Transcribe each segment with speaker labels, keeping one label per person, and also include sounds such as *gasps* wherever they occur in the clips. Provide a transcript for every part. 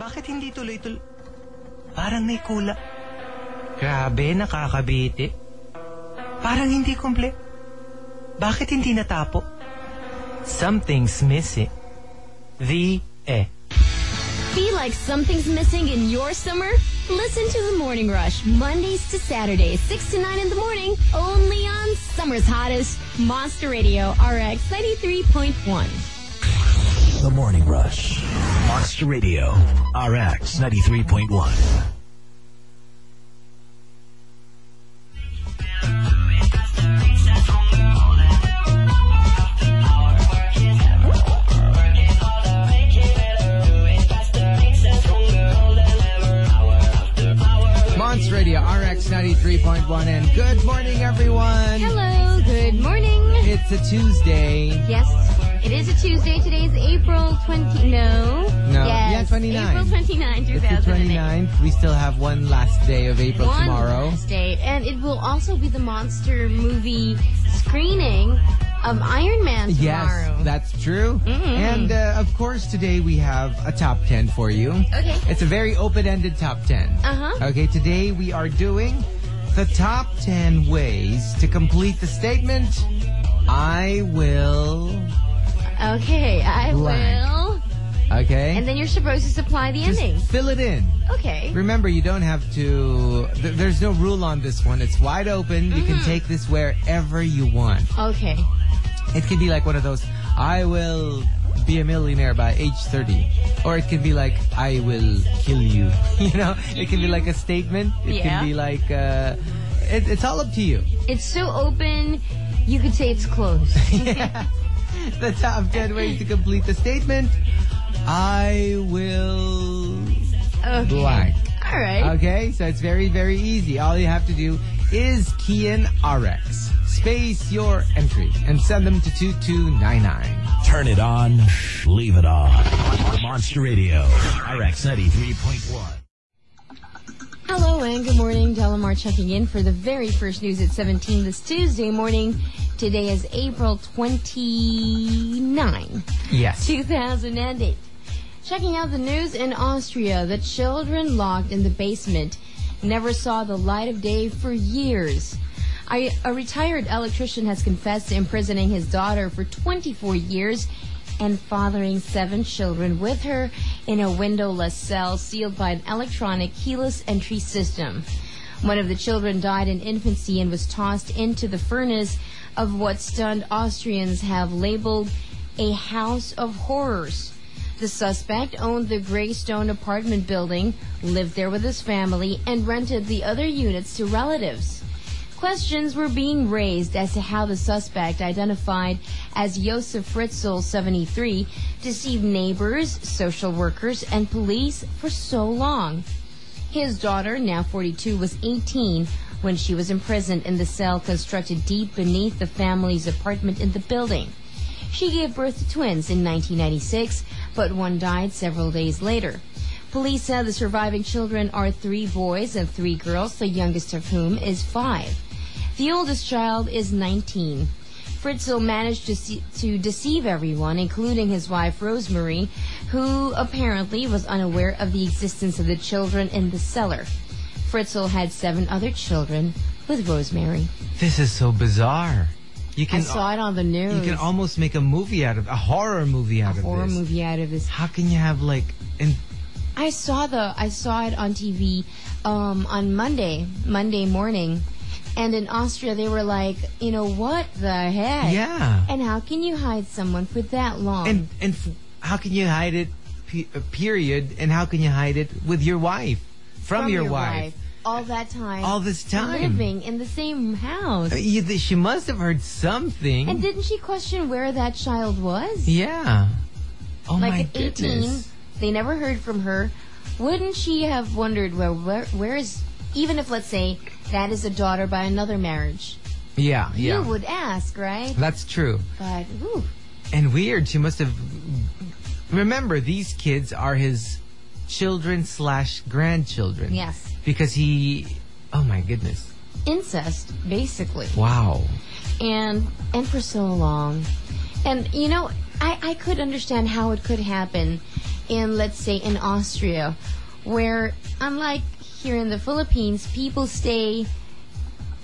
Speaker 1: Bakit hindi tuloy-tuloy? Parang may kula. Grabe, nakakabiti. Parang hindi komple. Bakit hindi natapo? Something's missing. The eh.
Speaker 2: Feel like something's missing in your summer? Listen to The Morning Rush, Mondays to Saturdays, 6 to 9 in the morning, only on Summer's Hottest, Monster Radio RX 93.1.
Speaker 3: The Morning Rush. Monster Radio. RX 93.1.
Speaker 4: Monts Radio RX 93.1 and good morning everyone.
Speaker 2: Hello, good morning.
Speaker 4: It's a Tuesday.
Speaker 2: Yes, it is a Tuesday. Today's April 20. No.
Speaker 4: No.
Speaker 2: Yes,
Speaker 4: Yeah, 29.
Speaker 2: April 29,
Speaker 4: It's the
Speaker 2: 2008.
Speaker 4: 29th. We still have one last day of April
Speaker 2: One
Speaker 4: tomorrow.
Speaker 2: last day, and it will also be the monster movie screening of Iron Man tomorrow. Mm-hmm.
Speaker 4: Yes, that's true. And uh, of course today we have a top 10 for you.
Speaker 2: Hmm. Okay.
Speaker 4: It's a very open-ended top 10.
Speaker 2: Uh-huh.
Speaker 4: Okay, today we are doing the top 10 ways to complete the statement I will
Speaker 2: Okay, I
Speaker 4: Blank.
Speaker 2: will.
Speaker 4: Okay?
Speaker 2: And then you're supposed to supply the
Speaker 4: Just
Speaker 2: ending.
Speaker 4: fill it in.
Speaker 2: Okay.
Speaker 4: Remember, you don't have to. Th- there's no rule on this one. It's wide open. You
Speaker 2: Mm-hmm.
Speaker 4: can take this wherever you want.
Speaker 2: Okay.
Speaker 4: It can be like one of those, I will be a millionaire by age 30. Or it can be like, I will kill you. *laughs* You know? It can be like a statement. It
Speaker 2: Yeah.
Speaker 4: can be like. Uh, it, it's all up to you. *laughs*
Speaker 2: It's so open, you could say it's closed.
Speaker 4: The top 10 ways to complete the statement I will
Speaker 2: Okay.
Speaker 4: blank.
Speaker 2: All right.
Speaker 4: Okay, so it's very, very easy. All you have to do is key in RX, space your entry, and send them to 2299.
Speaker 3: Turn it on. Leave it on. Monster Radio. RX 93.1.
Speaker 2: Hello and good morning. Delamar checking in for the very first news at 17 this Tuesday morning. Today is April 29.
Speaker 4: Yes.
Speaker 2: 2008. Checking out the news in Austria, the children locked in the basement never saw the light of day for years. I, a retired electrician has confessed to imprisoning his daughter for 24 years and fathering seven children with her in a windowless cell sealed by an electronic keyless entry system. One of the children died in infancy and was tossed into the furnace of what stunned Austrians have labeled a house of horrors. The suspect owned the Greystone apartment building, lived there with his family, and rented the other units to relatives. Questions were being raised as to how the suspect, identified as Josef Fritzl, 73, deceived neighbors, social workers, and police for so long. His daughter, now 42, was 18 when she was imprisoned in the cell constructed deep beneath the family's apartment in the building. She gave birth to twins in 1996, but one died several days later. Police said the surviving children are three boys and three girls, the youngest of whom is five. The oldest child is 19. Fritzl managed to, see, to deceive everyone, including his wife Rosemary, who apparently was unaware of the existence of the children in the cellar. Fritzl had seven other children with Rosemary.
Speaker 4: This is so bizarre. You
Speaker 2: I
Speaker 4: can,
Speaker 2: saw it on the news.
Speaker 4: you can almost make a movie out of a horror movie out of
Speaker 2: horror
Speaker 4: this.
Speaker 2: movie out of this.
Speaker 4: How can you have like in
Speaker 2: I saw the I saw it on TV um, on Monday, Monday morning, and in Austria they were like, you know what the heck?
Speaker 4: yeah
Speaker 2: And how can you hide someone for that long?
Speaker 4: and and f- how can you hide it pe- uh, period and how can you hide it with your wife from, your, wife,
Speaker 2: all that time,
Speaker 4: all this time
Speaker 2: living in the same house.
Speaker 4: I mean, you- she must have heard something
Speaker 2: and didn't she question where that child was?
Speaker 4: Yeah. Oh my
Speaker 2: like at 18,
Speaker 4: goodness.
Speaker 2: they never heard from her. Wouldn't she have wondered where, where where is even if let's say that is a daughter by another marriage?
Speaker 4: Yeah, yeah.
Speaker 2: You would ask, right?
Speaker 4: That's true.
Speaker 2: But ooh,
Speaker 4: And weird. She must have. Remember, these kids are his children slash grandchildren.
Speaker 2: Yes.
Speaker 4: Because he. Oh my goodness.
Speaker 2: incest basically.
Speaker 4: Wow.
Speaker 2: and and for so long. And you know, I, I could understand how it could happen in, let's say, in Austria, where unlike here in the Philippines, people stay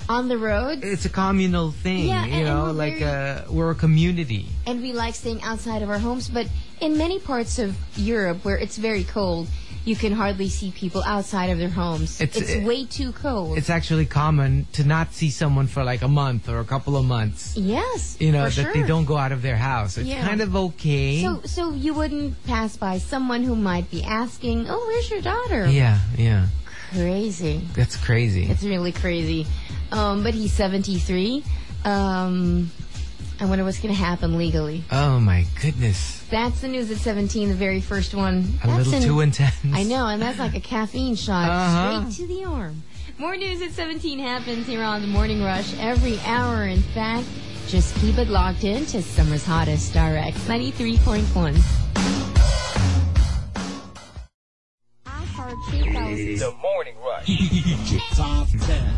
Speaker 2: on the roads
Speaker 4: It's a communal thing,
Speaker 2: Yeah,
Speaker 4: you
Speaker 2: and-
Speaker 4: know,
Speaker 2: and we're
Speaker 4: like
Speaker 2: very-
Speaker 4: uh, we're a community.
Speaker 2: and we like staying outside of our homes. But in many parts of Europe where it's very cold, you can hardly see people outside of their homes.
Speaker 4: It's-
Speaker 2: It's,
Speaker 4: it-
Speaker 2: way too cold.
Speaker 4: It's actually common to not see someone for like a month or a couple of months.
Speaker 2: yes,
Speaker 4: You know,
Speaker 2: for
Speaker 4: that
Speaker 2: sure.
Speaker 4: they don't go out of their house. It's
Speaker 2: Yeah.
Speaker 4: kind of okay.
Speaker 2: So, so you wouldn't pass by someone who might be asking, "Oh, where's your daughter?"
Speaker 4: yeah, yeah.
Speaker 2: Crazy.
Speaker 4: That's crazy.
Speaker 2: It's really crazy. Um, but he's 73. Um, I wonder what's going to happen legally.
Speaker 4: oh my goodness.
Speaker 2: That's the news at 17, the very first one.
Speaker 4: A
Speaker 2: That's
Speaker 4: little
Speaker 2: an-
Speaker 4: too intense.
Speaker 2: I know, and that's like a caffeine shot
Speaker 4: Uh-huh.
Speaker 2: straight to the arm. More news at 17 happens here on The Morning Rush every hour. In fact, just keep it locked in to summer's hottest Star X 93.1.
Speaker 5: The Morning Rush.
Speaker 3: Top 10.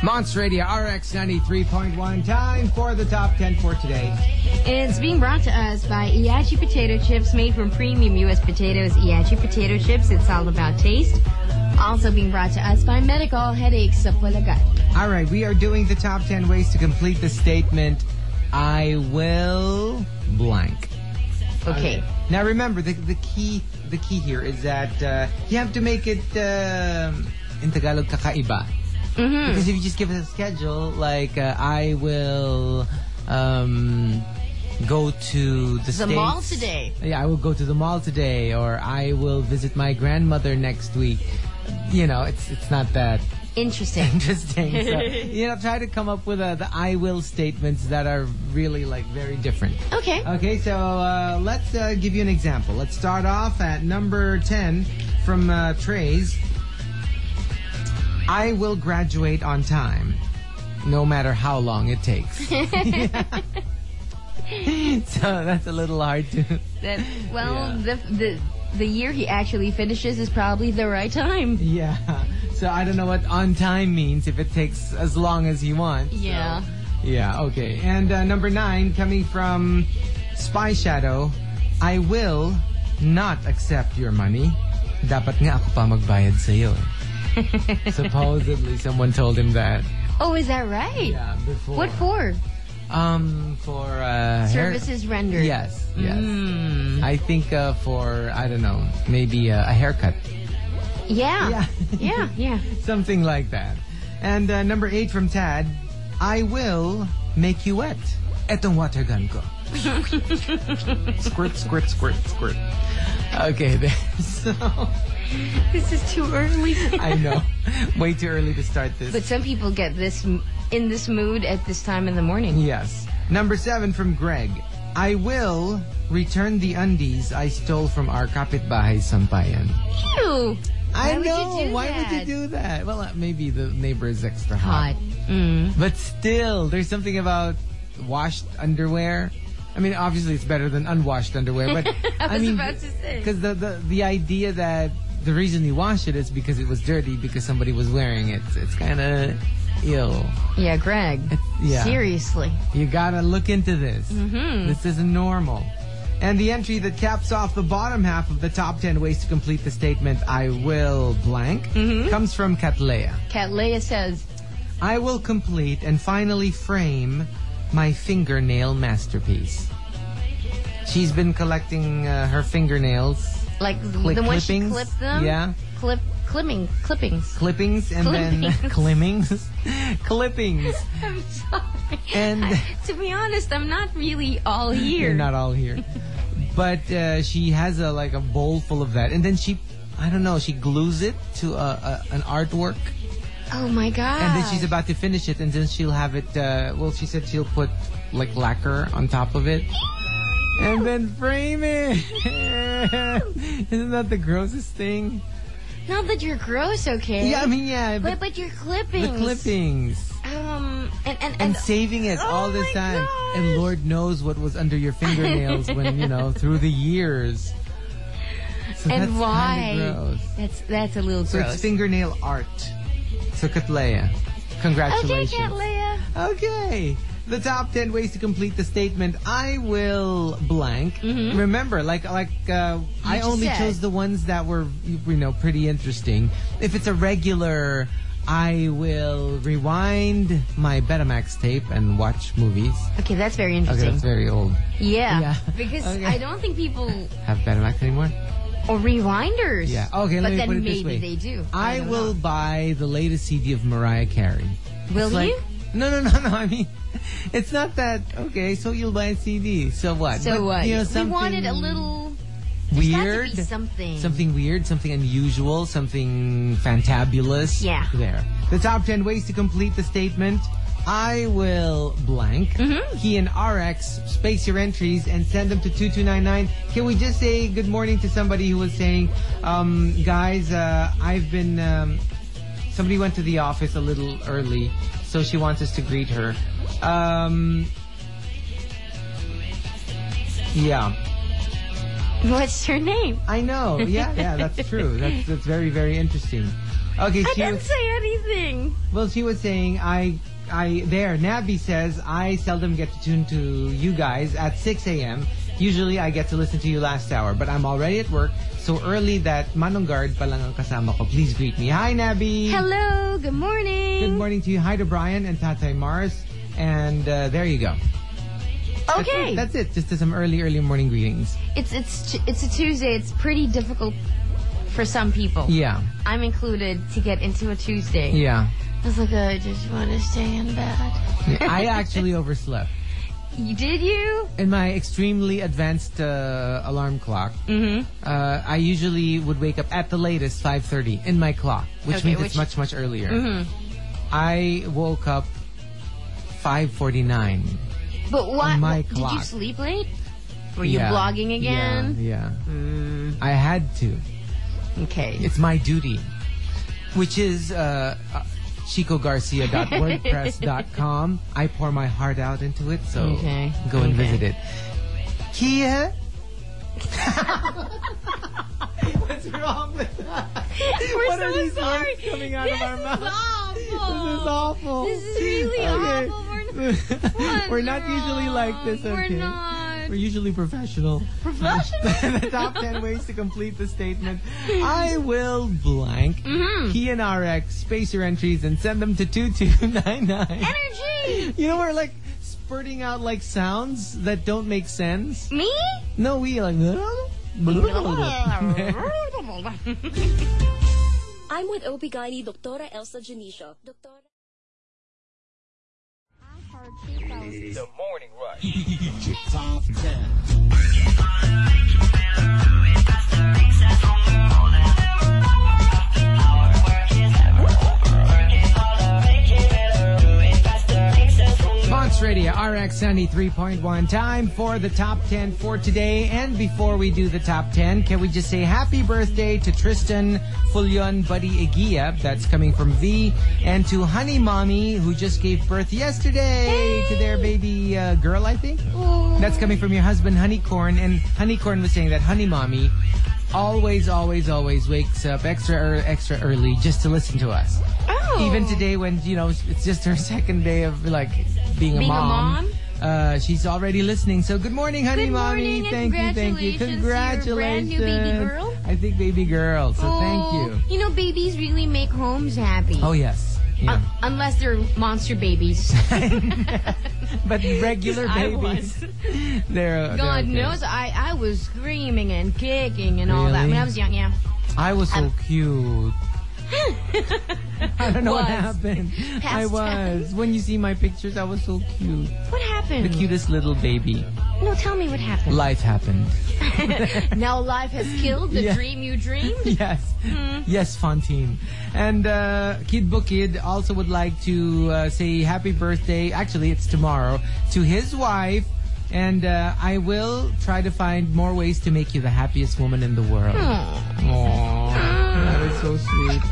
Speaker 4: Monts Radio RX 93.1. Time for the top 10 for today.
Speaker 2: It's being brought to us by Iachi potato chips made from premium U.S. potatoes. Iachi potato chips, it's all about taste. Also being brought to us by Medical Headaches of Walagat.
Speaker 4: All right, we are doing the top 10 ways to complete the statement I will blank.
Speaker 2: Okay.
Speaker 4: Now remember the the key the key here is that uh, you have to make it um in Tagalog kakaiba.
Speaker 2: Mm-hmm.
Speaker 4: Because if you just give it a schedule like uh, I will um, go to the,
Speaker 2: The mall
Speaker 4: States.
Speaker 2: today.
Speaker 4: Yeah, I will go to the mall today or I will visit my grandmother next week. You know, it's it's not that *laughs*
Speaker 2: *laughs* Interesting.
Speaker 4: interesting. So, you know, try to come up with uh, the I will statements that are really like very different.
Speaker 2: Okay.
Speaker 4: Okay, so uh, let's uh, give you an example. Let's start off at number 10 from uh, Trey's. I will graduate on time, no matter how long it takes. *laughs* so that's a little hard to. *laughs*
Speaker 2: That, well, the, the, the year he actually finishes is probably the right time.
Speaker 4: Yeah. So I don't know what on time means if it takes as long as you want.
Speaker 2: Yeah.
Speaker 4: Yeah, okay. And uh, number nine, coming from Spy Shadow, I will not accept your money. Dapat nga ako pa magbayad *laughs* sa'yo. eh. Supposedly, someone told him that.
Speaker 2: Oh, is that right?
Speaker 4: Yeah, before.
Speaker 2: What for?
Speaker 4: Um, for uh, hair-
Speaker 2: Services rendered. Hmm.
Speaker 4: Yes, yes. I think uh, for I don't know, maybe uh, a haircut,
Speaker 2: Yeah.
Speaker 4: Yeah.
Speaker 2: Yeah. Yeah.
Speaker 4: something like that. And uh, number eight from Tad, I will make you wet. Etong water gun ko.
Speaker 1: *laughs* Squirt, squirt, squirt, squirt.
Speaker 4: Okay, *laughs* there. So
Speaker 2: *laughs* This is too early. *laughs*
Speaker 4: I know, way too early to start this.
Speaker 2: But some people get this m- in this mood at this time in the morning.
Speaker 4: yes. Number seven from Greg. I will return the undies I stole from our kapitbahay sampayan.
Speaker 2: Ew.
Speaker 4: I
Speaker 2: would you
Speaker 4: know.
Speaker 2: do
Speaker 4: why would
Speaker 2: that?
Speaker 4: you do that? Well, uh, maybe the neighbor is extra
Speaker 2: Hot.
Speaker 4: hot.
Speaker 2: Mm.
Speaker 4: But still, there's something about washed underwear. I mean, obviously it's better than unwashed underwear, but
Speaker 2: *laughs* I was
Speaker 4: mean,
Speaker 2: about to say.
Speaker 4: because the, the the idea that the reason you wash it is because it was dirty because somebody was wearing it. It's kind of ill.
Speaker 2: Yeah, Greg.
Speaker 4: yeah.
Speaker 2: Seriously.
Speaker 4: You gotta look into this.
Speaker 2: Mm-hmm.
Speaker 4: This isn't normal. And the entry that caps off the bottom half of the top 10 ways to complete the statement, I will blank,
Speaker 2: Mm-hmm.
Speaker 4: comes from Katlea.
Speaker 2: Cat Leia says,
Speaker 4: I will complete and finally frame my fingernail masterpiece. She's been collecting uh, her fingernails,
Speaker 2: like th-
Speaker 4: Click
Speaker 2: the one she
Speaker 4: clippings?
Speaker 2: clipped them.
Speaker 4: Yeah.
Speaker 2: Clip clipping clippings. *laughs*
Speaker 4: clippings, and then *laughs* clippings, clippings.
Speaker 2: I'm sorry.
Speaker 4: *laughs* And-
Speaker 2: I- to be honest, I'm not really all here.
Speaker 4: You're not all here. but uh, she has a like a bowl full of that, and then she, I don't know, she glues it to a, a, an artwork,
Speaker 2: oh my god.
Speaker 4: and then she's about to finish it, and then she'll have it. Uh, well, she said she'll put like lacquer on top of it. And then frame it. *laughs* Isn't that the grossest thing?
Speaker 2: not that you're gross, okay?
Speaker 4: Yeah, I mean, yeah,
Speaker 2: But
Speaker 4: but
Speaker 2: but your
Speaker 4: the
Speaker 2: clippings.
Speaker 4: clippings
Speaker 2: Um. And and,
Speaker 4: and saving it
Speaker 2: Oh
Speaker 4: all this
Speaker 2: my
Speaker 4: time.
Speaker 2: gosh.
Speaker 4: And Lord knows what was under your fingernails when you
Speaker 2: *laughs*
Speaker 4: know through the years. So
Speaker 2: and
Speaker 4: that's kinda
Speaker 2: why?
Speaker 4: gross.
Speaker 2: That's that's a little
Speaker 4: So
Speaker 2: gross.
Speaker 4: it's fingernail art. So Katleya,
Speaker 2: okay,
Speaker 4: congratulations.
Speaker 2: Cat Leia.
Speaker 4: Okay. the top 10 ways to complete the statement I will blank. Remember, like like uh,
Speaker 2: Mm-hmm.
Speaker 4: I
Speaker 2: just
Speaker 4: only
Speaker 2: said.
Speaker 4: chose the ones that were you know pretty interesting. If it's a regular I will rewind my Betamax tape and watch movies.
Speaker 2: Okay, that's very
Speaker 4: Okay,
Speaker 2: interesting.
Speaker 4: that's very old.
Speaker 2: yeah,
Speaker 4: Yeah.
Speaker 2: because
Speaker 4: Okay.
Speaker 2: I don't think people
Speaker 4: Have Betamax anymore?
Speaker 2: or rewinders.
Speaker 4: Yeah. Okay,
Speaker 2: but
Speaker 4: let me
Speaker 2: then
Speaker 4: put it
Speaker 2: maybe
Speaker 4: this way.
Speaker 2: they do.
Speaker 4: I,
Speaker 2: don't
Speaker 4: will buy the latest CD of Mariah Carey.
Speaker 2: know. Will
Speaker 4: It's like-
Speaker 2: you?
Speaker 4: No, no, *laughs* no, no. I mean, it's not that. Okay, so you'll buy a CD. So what?
Speaker 2: So
Speaker 4: But,
Speaker 2: what?
Speaker 4: You
Speaker 2: we
Speaker 4: know, something
Speaker 2: wanted a little there's got to be
Speaker 4: weird.
Speaker 2: something.
Speaker 4: Something weird, something unusual, something fantabulous.
Speaker 2: Yeah.
Speaker 4: There. The top 10 ways to complete the statement. I will blank.
Speaker 2: Mm-hmm.
Speaker 4: Key and RX, space your entries and send them to 2299. Can we just say good morning to somebody who was saying, um, guys, uh, I've been, um, somebody went to the office a little early, so she wants us to greet her. Um, yeah.
Speaker 2: What's her name?
Speaker 4: I know. Yeah, yeah, that's true. That's that's very very interesting. Okay,
Speaker 2: I
Speaker 4: she
Speaker 2: didn't
Speaker 4: was,
Speaker 2: say anything.
Speaker 4: well she was saying I I there Nabby says I seldom get to tune to you guys at 6 a.m. Usually I get to listen to you last hour, but I'm already at work so early that manunggard pa lang ang kasama ko. Please greet me. Hi Nabby.
Speaker 2: Hello. Good morning.
Speaker 4: Good morning to you. Hi to Brian and Tatay Mars. And uh, there you go. That's
Speaker 2: Okay.
Speaker 4: it. That's it. Just some early early morning greetings.
Speaker 2: it's it's t- it's a Tuesday. It's pretty difficult for some people.
Speaker 4: Yeah.
Speaker 2: I'm included to get into a Tuesday.
Speaker 4: Yeah.
Speaker 2: It's like I just want to stay in bed.
Speaker 4: I actually overslept.
Speaker 2: You- Did you?
Speaker 4: in my extremely advanced uh, alarm clock,
Speaker 2: Mm-hmm.
Speaker 4: uh, I usually would wake up at the latest 5:30 in my clock, which
Speaker 2: Okay, which-
Speaker 4: means
Speaker 2: Mm-hmm.
Speaker 4: it's much much earlier. I woke up 5:49.
Speaker 2: But what?
Speaker 4: On my
Speaker 2: did you
Speaker 4: clock.
Speaker 2: sleep late? Were you
Speaker 4: Yeah.
Speaker 2: blogging again? Mm.
Speaker 4: Yeah. yeah. I had to.
Speaker 2: Okay.
Speaker 4: It's my duty, which is uh, uh, chicogarcia.wordpress.com. I pour my heart out into it, so
Speaker 2: Okay.
Speaker 4: go and
Speaker 2: Okay.
Speaker 4: visit it. Kia. What's wrong with that?
Speaker 2: *laughs* We're
Speaker 4: what
Speaker 2: so
Speaker 4: are these
Speaker 2: sorry.
Speaker 4: words coming out
Speaker 2: this
Speaker 4: of our mouth?
Speaker 2: is awful. Oh, This
Speaker 4: This is awful.
Speaker 2: is really
Speaker 4: Okay.
Speaker 2: awful. We're not, what's
Speaker 4: *laughs* We're not usually like this,
Speaker 2: wrong?
Speaker 4: okay?
Speaker 2: We're not
Speaker 4: We're usually professional.
Speaker 2: professional.
Speaker 4: *laughs* the top 10 ways to complete the statement I will blank
Speaker 2: Mm-hmm.
Speaker 4: Key and RX, space your entries, and send them to 2299.
Speaker 2: Energy.
Speaker 4: You know, we're like spurting out like sounds that don't make sense.
Speaker 2: Me?
Speaker 4: No, we like.
Speaker 6: I'm with OB-GYN Dr. Elsa Janicio. Dr.
Speaker 5: The Morning Rush.
Speaker 4: Monts Radio RX 93.1. Time for the top 10 for today. And before we do the top 10, can we just say happy birthday to Tristan Fulion Buddy Igia? That's coming from V. And to Honey Mommy, who just gave birth yesterday to their baby uh, girl, I think. That's coming from your husband, Honeycorn. And Honeycorn was saying that Honey Mommy always, always, always wakes up extra, ear- extra early just to listen to us
Speaker 2: Oh.
Speaker 4: even today when you know it's just her second day of like being a
Speaker 2: Being a
Speaker 4: mom,
Speaker 2: mom?
Speaker 4: Uh, she's already listening. So good morning, honey,
Speaker 2: Good
Speaker 4: mommy.
Speaker 2: morning and
Speaker 4: thank you, thank you,
Speaker 2: congratulations to your brand
Speaker 4: congratulations.
Speaker 2: new baby girl.
Speaker 4: I think baby girl. So thank you.
Speaker 2: Oh, You know, babies really make homes happy.
Speaker 4: Oh yes. Yeah.
Speaker 2: Un- unless they're monster babies.
Speaker 4: *laughs* but regular
Speaker 2: *laughs* I
Speaker 4: babies, *laughs* they're
Speaker 2: God
Speaker 4: they're *laughs* okay.
Speaker 2: knows, I, I was screaming and kicking and all that
Speaker 4: Really?
Speaker 2: when I was young. Yeah,
Speaker 4: I was
Speaker 2: Uh,
Speaker 4: so
Speaker 2: *laughs*
Speaker 4: cute. I don't know what
Speaker 2: Was.
Speaker 4: happened. I was. When you see my pictures, I was so cute.
Speaker 2: what
Speaker 4: The
Speaker 2: happened?
Speaker 4: cutest little baby.
Speaker 2: no, tell me what happened.
Speaker 4: Life happened.
Speaker 2: now life has killed the
Speaker 4: *laughs* Yeah.
Speaker 2: dream you dreamed.
Speaker 4: *laughs* Yes.
Speaker 2: Hmm.
Speaker 4: Yes, Fontaine. And uh, Kid Bukid also would like to uh, say happy birthday. Actually, it's tomorrow to his wife. And uh, I will try to find more ways to make you the happiest woman in the world.
Speaker 2: Oh,
Speaker 4: Aww. That is so sweet.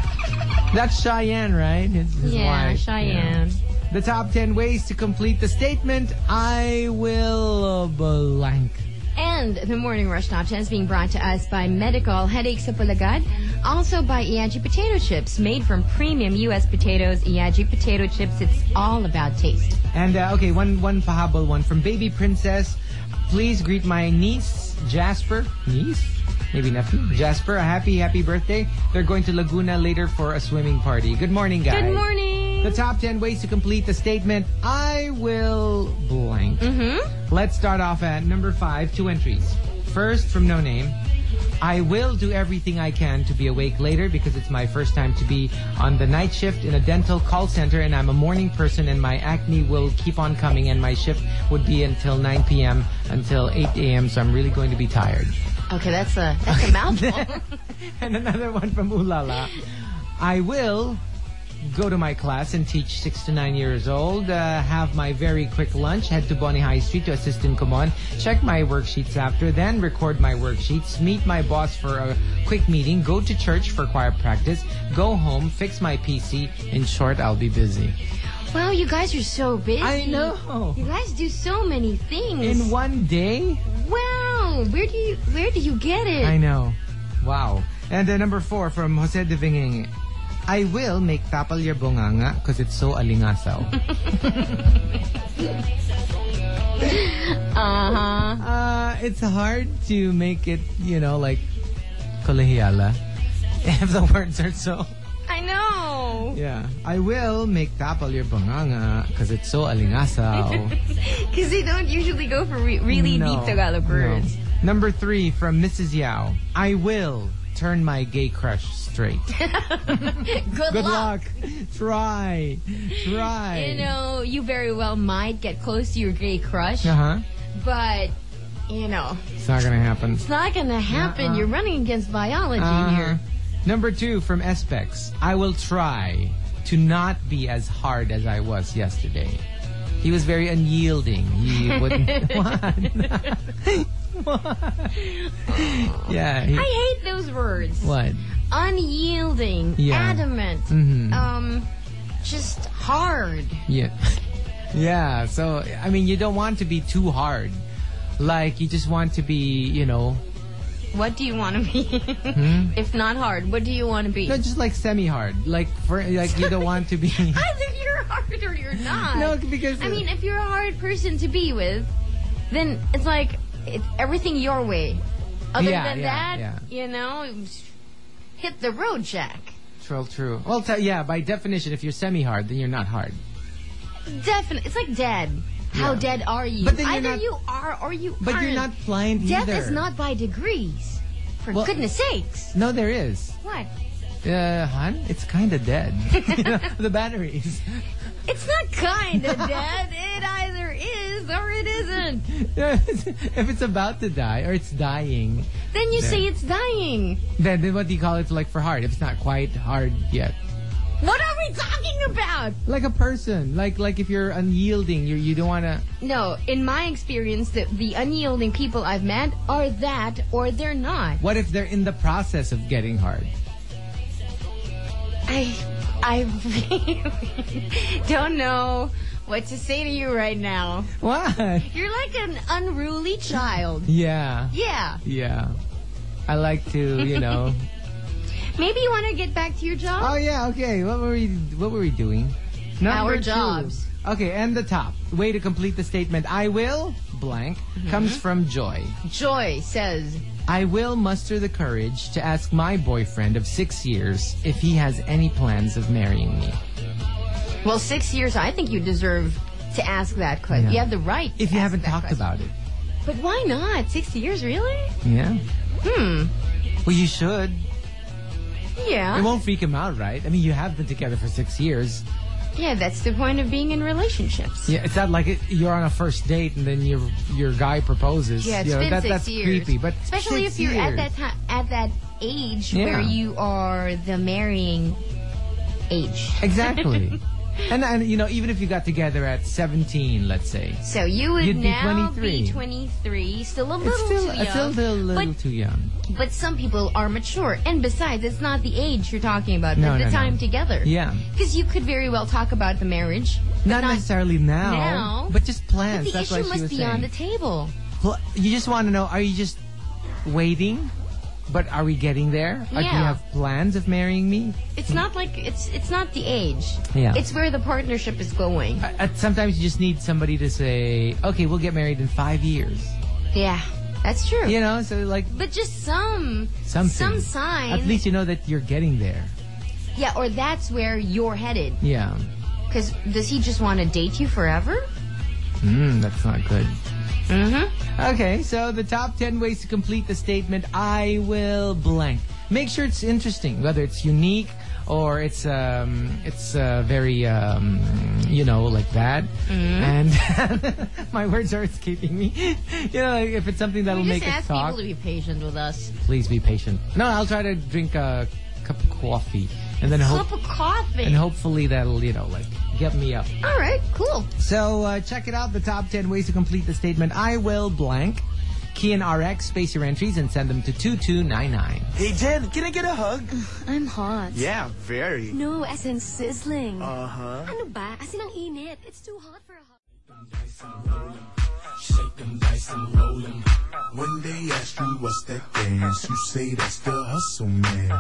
Speaker 4: That's Cheyenne, right? His, his
Speaker 2: yeah,
Speaker 4: wife.
Speaker 2: Cheyenne.
Speaker 4: Yeah. The top 10 ways to complete the statement I will blank.
Speaker 2: And the Morning Rush Top 10 is being brought to us by Medical Headache sa Pulagad, also by Iaji Potato Chips, made from premium U.S. potatoes, Iaji Potato Chips. It's all about taste.
Speaker 4: And uh, okay, one one pahabol one from Baby Princess. Please greet my niece Jasper. Niece? Maybe nephew. Jasper, a happy happy birthday. They're going to Laguna later for a swimming party. Good morning, guys.
Speaker 2: Good morning!
Speaker 4: The top 10 ways to complete the statement I will blank. Mm-hmm. Let's start off at number 5, two entries. First from no name. I will do everything I can to be awake later because it's my first time to be on the night shift in a dental call center and I'm a morning person and my acne will keep on coming and my shift would be until 9 p.m. until 8 a.m. so I'm really going to be tired.
Speaker 2: Okay, that's a, *laughs* that's a mouthful.
Speaker 4: *laughs* And another one from Ulala. I will go to my class and teach six to nine years old, uh, have my very quick lunch, head to Bonnie High Street to assist in Kumon, check my worksheets after, then record my worksheets, meet my boss for a quick meeting, go to church for choir practice, go home, fix my PC. In short, I'll be busy.
Speaker 2: wow, you guys are so busy.
Speaker 4: I know.
Speaker 2: You guys do so many things.
Speaker 4: In one day?
Speaker 2: wow, where do you where do you get it?
Speaker 4: I know. Wow. And uh, number four from Jose de Vinging. I will make tapal your bonganga because it's so alingasaw. *laughs*
Speaker 2: Uh-huh.
Speaker 4: uh, it's hard to make it, you know, like colegiala *laughs* if the words are so.
Speaker 2: I know. *laughs*
Speaker 4: Yeah. I will make tapal your bonganga because it's so alingasaw.
Speaker 2: Because they don't usually go for re- *laughs* really
Speaker 4: No,
Speaker 2: deep Tagalog
Speaker 4: no.
Speaker 2: words.
Speaker 4: Number three from Mrs. Yao. I will turn my gay crush
Speaker 2: *laughs*
Speaker 4: straight.
Speaker 2: Good,
Speaker 4: Good
Speaker 2: luck.
Speaker 4: luck. Try. Try.
Speaker 2: You know, you very well might get close to your gay crush,
Speaker 4: Uh huh.
Speaker 2: but you know,
Speaker 4: It's not gonna happen.
Speaker 2: it's not gonna happen.
Speaker 4: Nuh-uh.
Speaker 2: You're running against biology
Speaker 4: Uh-uh. Uh-huh.
Speaker 2: here.
Speaker 4: Number two from Espex. I will try to not be as hard as I was yesterday. He was very unyielding.
Speaker 2: *laughs*
Speaker 4: He wouldn't. *laughs* What? What? yeah. He,
Speaker 2: I hate those words.
Speaker 4: what?
Speaker 2: Unyielding,
Speaker 4: Yeah. Mm-hmm.
Speaker 2: adamant, um, just hard.
Speaker 4: Yeah. Yeah. So I mean, you don't want to be too hard. Like you just want to be, you know,
Speaker 2: What do you want to be? *laughs* If not hard, what do you want to be?
Speaker 4: Hmm? no, just like semi-hard. Like for like you don't want to be.
Speaker 2: *laughs* Either you're hard or you're not.
Speaker 4: *laughs* no, because
Speaker 2: I mean, if you're a hard person to be with, then it's like it's everything your way. Other
Speaker 4: Yeah,
Speaker 2: than
Speaker 4: yeah,
Speaker 2: that,
Speaker 4: yeah.
Speaker 2: you know, hit the road, Jack.
Speaker 4: True, true. Well, t- yeah, by definition, if you're semi-hard, then you're not hard.
Speaker 2: Definitely, it's like dead. How
Speaker 4: Yeah.
Speaker 2: dead are you?
Speaker 4: But then you're
Speaker 2: Either
Speaker 4: not-
Speaker 2: you are or you
Speaker 4: But
Speaker 2: aren't.
Speaker 4: you're not blind
Speaker 2: Death
Speaker 4: either.
Speaker 2: is not by degrees. For
Speaker 4: Well-
Speaker 2: goodness sakes.
Speaker 4: No, there is.
Speaker 2: What?
Speaker 4: Uh, hon, it's kind of dead.
Speaker 2: *laughs*
Speaker 4: *laughs* You know, the batteries. *laughs*
Speaker 2: It's not kind of dead. *laughs* It either is or it isn't.
Speaker 4: if it's about to die or it's dying,
Speaker 2: Then you say it's dying.
Speaker 4: then, then what do you call it? Like for hard, if it's not quite hard yet.
Speaker 2: What are we talking about?
Speaker 4: Like a person, like like if you're unyielding, you you don't want to.
Speaker 2: No, in my experience, the, the unyielding people I've met are that or they're not.
Speaker 4: What if they're in the process of getting hard? *laughs*
Speaker 2: I, I *laughs* really don't know what to say to you right now.
Speaker 4: What?
Speaker 2: You're like an unruly child.
Speaker 4: Yeah,
Speaker 2: Yeah.
Speaker 4: yeah. I like to, you know.
Speaker 2: Maybe you want to get back to your job?
Speaker 4: Oh yeah, okay. What were we what were we doing? Number
Speaker 2: Our jobs.
Speaker 4: Okay, and the top. Way to complete the statement. I will blank
Speaker 2: Mm-hmm.
Speaker 4: comes from Joy.
Speaker 2: Joy says,
Speaker 4: I will muster the courage to ask my boyfriend of 6 years if he has any plans of marrying me.
Speaker 2: Well, six years, I think you deserve to ask that question.
Speaker 4: Yeah.
Speaker 2: You have the right.
Speaker 4: If
Speaker 2: to
Speaker 4: you
Speaker 2: ask
Speaker 4: haven't
Speaker 2: that
Speaker 4: talked
Speaker 2: question.
Speaker 4: about it.
Speaker 2: But why not? Six years, really? Hmm.
Speaker 4: Yeah. Well, you should. It
Speaker 2: Yeah.
Speaker 4: won't freak him out, right? I mean, you have been together for 6 years.
Speaker 2: Yeah, that's the point of being in relationships.
Speaker 4: Yeah, it's not like it, you're on a first date and then your your guy proposes.
Speaker 2: Yeah, it's
Speaker 4: you know,
Speaker 2: been
Speaker 4: that,
Speaker 2: six
Speaker 4: that's
Speaker 2: years.
Speaker 4: creepy, but
Speaker 2: especially
Speaker 4: six
Speaker 2: if you're at
Speaker 4: years.
Speaker 2: that time, at that age
Speaker 4: Yeah.
Speaker 2: where you are the marrying age. *laughs*
Speaker 4: Exactly. and and you know, even if you got together at 17, let's say,
Speaker 2: So you would
Speaker 4: You'd be
Speaker 2: now be
Speaker 4: 23.
Speaker 2: 23, still a little
Speaker 4: it's still
Speaker 2: too young.
Speaker 4: it's still a little too young.
Speaker 2: but, but some people are mature, and besides, it's not the age you're talking about,
Speaker 4: No,
Speaker 2: but the
Speaker 4: no, no.
Speaker 2: time together.
Speaker 4: Yeah.
Speaker 2: because you could very well talk about the marriage, but
Speaker 4: Not, necessarily now,
Speaker 2: now,
Speaker 4: but just
Speaker 2: But the
Speaker 4: plans. That's
Speaker 2: issue
Speaker 4: what she
Speaker 2: must
Speaker 4: was
Speaker 2: be
Speaker 4: saying.
Speaker 2: on the table.
Speaker 4: Pl- you just want to know: Are you just waiting? But are we getting there? Or do you
Speaker 2: Yeah.
Speaker 4: have plans of marrying me?
Speaker 2: It's not like it's it's not the age.
Speaker 4: Yeah.
Speaker 2: It's where the partnership is going.
Speaker 4: Uh, uh, sometimes you just need somebody to say, "Okay, we'll get married in five years."
Speaker 2: Yeah, that's true.
Speaker 4: You know, so like
Speaker 2: But just some
Speaker 4: something,
Speaker 2: some sign.
Speaker 4: At least you know that you're getting there.
Speaker 2: Yeah, or that's where you're headed.
Speaker 4: Yeah,
Speaker 2: Because does he just want to date you forever?
Speaker 4: mm, that's not good. Mm-hmm. Okay, so the top ten ways to complete the statement "I will blank." Make sure it's interesting, whether it's unique or it's um, it's uh, very um, you know like that.
Speaker 2: Mm-hmm.
Speaker 4: And *laughs* my words are escaping me. *laughs* you know, like if it's something that'll
Speaker 2: we
Speaker 4: make
Speaker 2: just ask
Speaker 4: us talk.
Speaker 2: people to be patient with us.
Speaker 4: please be patient. No, I'll try to drink a cup of coffee and then hope
Speaker 2: Cup of coffee.
Speaker 4: and hopefully that'll you know like get me up.
Speaker 2: All right, cool.
Speaker 4: So uh, check it out: the top ten ways to complete the statement "I will blank." Key in RX, space your entries, and send them to two two nine nine.
Speaker 7: Hey, Jen, can I get a hug?
Speaker 6: I'm hot.
Speaker 7: Yeah, very.
Speaker 6: No, as in sizzling.
Speaker 7: Uh huh.
Speaker 6: ano ba? As in ang init. It's too hot for a hug.
Speaker 7: Shake them, dice and roll them. When they ask you what's that dance, you say that's the hustle, man.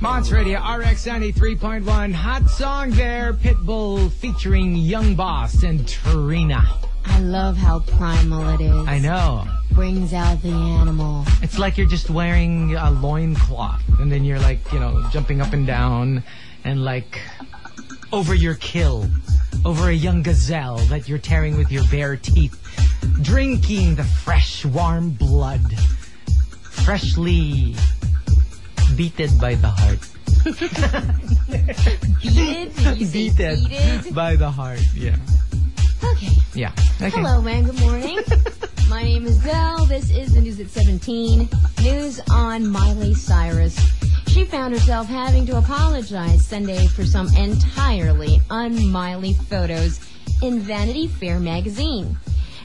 Speaker 4: Monts Radio RX ninety three point one. Hot song there, Pitbull featuring Young Boss and Trina.
Speaker 2: I love how primal it is.
Speaker 4: I know.
Speaker 2: Brings out the
Speaker 4: *laughs*
Speaker 2: animal.
Speaker 4: It's like you're just wearing a loincloth and then you're like, you know, jumping up and down and like over your kill, over a young gazelle that you're tearing with your bare teeth, drinking the fresh, warm blood, freshly beated by the heart.
Speaker 2: Beated? Did you say
Speaker 4: *laughs* Beated
Speaker 2: beated?
Speaker 4: by the heart, yeah.
Speaker 2: Okay.
Speaker 4: Yeah. Okay.
Speaker 2: Hello, man. Good
Speaker 4: *laughs*
Speaker 2: morning. My name is Dell. This is the news at 17. News on Miley Cyrus. She found herself having to apologize Sunday for some entirely un-Miley photos in Vanity Fair magazine.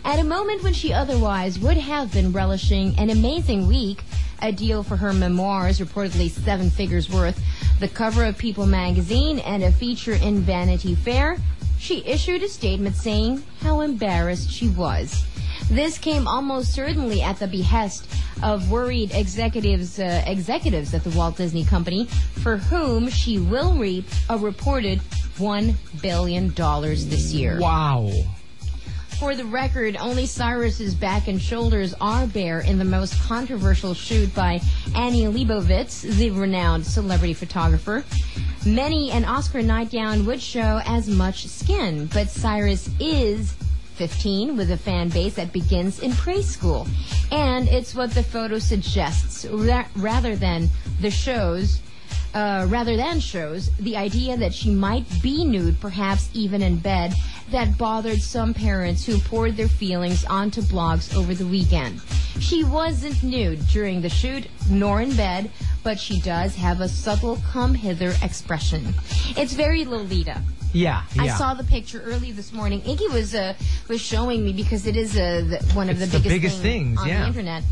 Speaker 2: At a moment when she otherwise would have been relishing an amazing week, a deal for her memoirs, reportedly seven figures worth, the cover of People magazine, and a feature in Vanity Fair, she issued a statement saying how embarrassed she was. This came almost certainly at the behest of worried executives, uh, executives at the Walt Disney Company, for whom she will reap a reported $1 billion this year.
Speaker 4: Wow.
Speaker 2: For the record, only Cyrus's back and shoulders are bare in the most controversial shoot by Annie Leibovitz, the renowned celebrity photographer. Many an Oscar nightgown would show as much skin, but Cyrus is 15 with a fan base that begins in preschool. And it's what the photo suggests ra- rather than the shows uh, rather than shows the idea that she might be nude, perhaps even in bed, that bothered some parents who poured their feelings onto blogs over the weekend. She wasn't nude during the shoot, nor in bed, but she does have a subtle come hither expression. It's very Lolita.
Speaker 4: Yeah. Yeah.
Speaker 2: I saw the picture early this morning. Iggy was uh, was showing me because it is uh, the, one of
Speaker 4: It's
Speaker 2: the
Speaker 4: the
Speaker 2: biggest,
Speaker 4: biggest
Speaker 2: things,
Speaker 4: things,
Speaker 2: on the
Speaker 4: yeah.
Speaker 2: internet.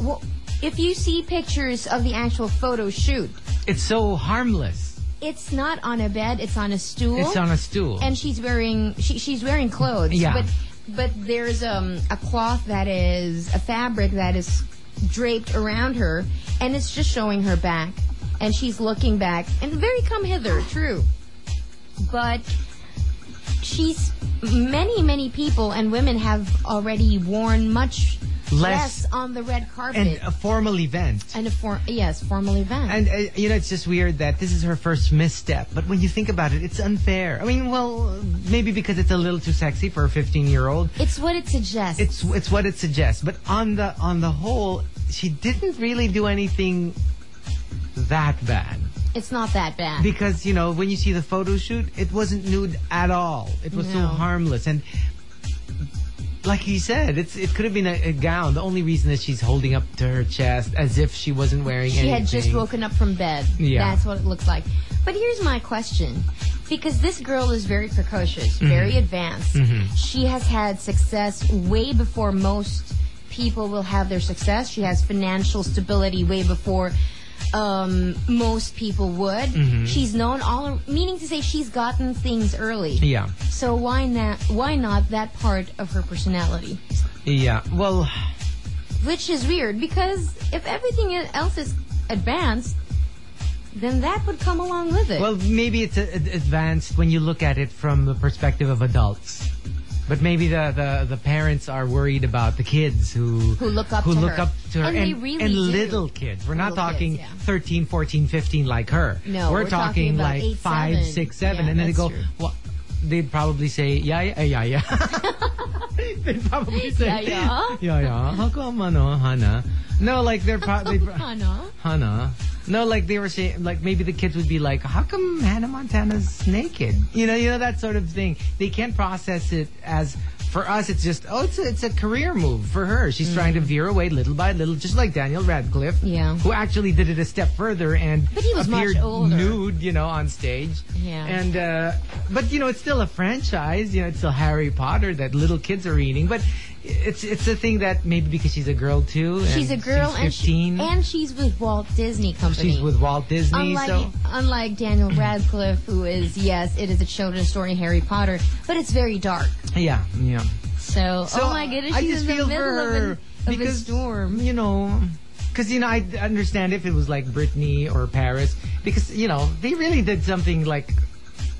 Speaker 2: Well, if you see pictures of the actual photo shoot,
Speaker 4: it's so harmless.
Speaker 2: it's not on a bed; it's on a stool.
Speaker 4: It's on a stool.
Speaker 2: and she's wearing she, she's wearing clothes.
Speaker 4: Yeah.
Speaker 2: But but there's um a cloth that is a fabric that is draped around her, and it's just showing her back, and she's looking back, and very come hither, true. But she's many many people and women have already worn much
Speaker 4: Less-
Speaker 2: less, on the red carpet.
Speaker 4: and a formal event.
Speaker 2: and a for- yes, formal event.
Speaker 4: And uh, you know, it's just weird that this is her first misstep. But when you think about it, it's unfair. I mean, well, maybe because it's a little too sexy for a 15-year-old.
Speaker 2: it's what it suggests.
Speaker 4: It's it's what it suggests. But on the on the whole, she didn't really do anything that bad.
Speaker 2: it's not that bad.
Speaker 4: Because you know, when you see the photo shoot, it wasn't nude at all. It was so
Speaker 2: No.
Speaker 4: harmless and. Like he said, it's it could have been a, a gown. The only reason is she's holding up to her chest as if she wasn't wearing
Speaker 2: She
Speaker 4: anything.
Speaker 2: had just woken up from bed.
Speaker 4: Yeah.
Speaker 2: That's what it looks like. But here's my question. Because this girl is very precocious,
Speaker 4: Mm-hmm.
Speaker 2: very advanced. She has had success way before most people will have their success. She has financial stability way before um, most people would.
Speaker 4: Mm-hmm.
Speaker 2: She's known all, meaning to say she's gotten things early.
Speaker 4: Yeah.
Speaker 2: So why not? Why not that part of her personality?
Speaker 4: Yeah. Well,
Speaker 2: which is weird because if everything else is advanced, then that would come along with it.
Speaker 4: well, maybe it's uh, ad- advanced when you look at it from the perspective of adults. But maybe the, the, the parents are worried about the kids who
Speaker 2: Who look up
Speaker 4: who
Speaker 2: to
Speaker 4: look
Speaker 2: her.
Speaker 4: up to her
Speaker 2: And they really do.
Speaker 4: little kids. We're not
Speaker 2: Little kids,
Speaker 4: talking
Speaker 2: yeah.
Speaker 4: thirteen, fourteen, fifteen 13, 14, 15 like her.
Speaker 2: No,
Speaker 4: we're,
Speaker 2: we're talking
Speaker 4: talking,
Speaker 2: about
Speaker 4: like
Speaker 2: eight,
Speaker 4: five,
Speaker 2: seven.
Speaker 4: six, seven,
Speaker 2: Yeah,
Speaker 4: and then they
Speaker 2: that's
Speaker 4: go,
Speaker 2: true.
Speaker 4: "What?" They'd probably say, "Yeah, yeah, yeah, *laughs* yeah." they'd
Speaker 2: *laughs*
Speaker 4: probably say,
Speaker 2: Yeah, yeah.
Speaker 4: *laughs* yeah, yeah. How come, ano, Hana? No, like they're probably.
Speaker 2: Hannah?
Speaker 4: Hannah. No, like they were saying, like maybe the kids would be like, "How come Hannah Montana's naked?" You know, you know that sort of thing. They can't process it as for us. It's just, oh, it's a, it's a career move for her.
Speaker 2: Mm.
Speaker 4: She's trying to veer away little by little, just like Daniel Radcliffe,
Speaker 2: Yeah.
Speaker 4: who actually did it a step further and
Speaker 2: But he was much
Speaker 4: appeared
Speaker 2: older.
Speaker 4: nude, you know, on stage.
Speaker 2: Yeah.
Speaker 4: And uh, but you know, it's still a franchise. You know, it's still Harry Potter that little kids are reading, but. It's it's a thing that maybe because she's a girl too.
Speaker 2: She's a
Speaker 4: and
Speaker 2: girl
Speaker 4: she's
Speaker 2: and, she,
Speaker 4: 15.
Speaker 2: and she's with Walt Disney Company.
Speaker 4: She's with Walt Disney,
Speaker 2: Unlike,
Speaker 4: so
Speaker 2: unlike Daniel Radcliffe, who is, yes, it is a children's story, Harry Potter, but it's very dark.
Speaker 4: yeah, yeah.
Speaker 2: So,
Speaker 4: So
Speaker 2: oh my goodness,
Speaker 4: I
Speaker 2: she's
Speaker 4: just
Speaker 2: in the
Speaker 4: feel for
Speaker 2: middle of,
Speaker 4: her
Speaker 2: an, of a
Speaker 4: because
Speaker 2: storm.
Speaker 4: you know, because you know, I understand if it was like Britney or Paris, because you know they really did something like,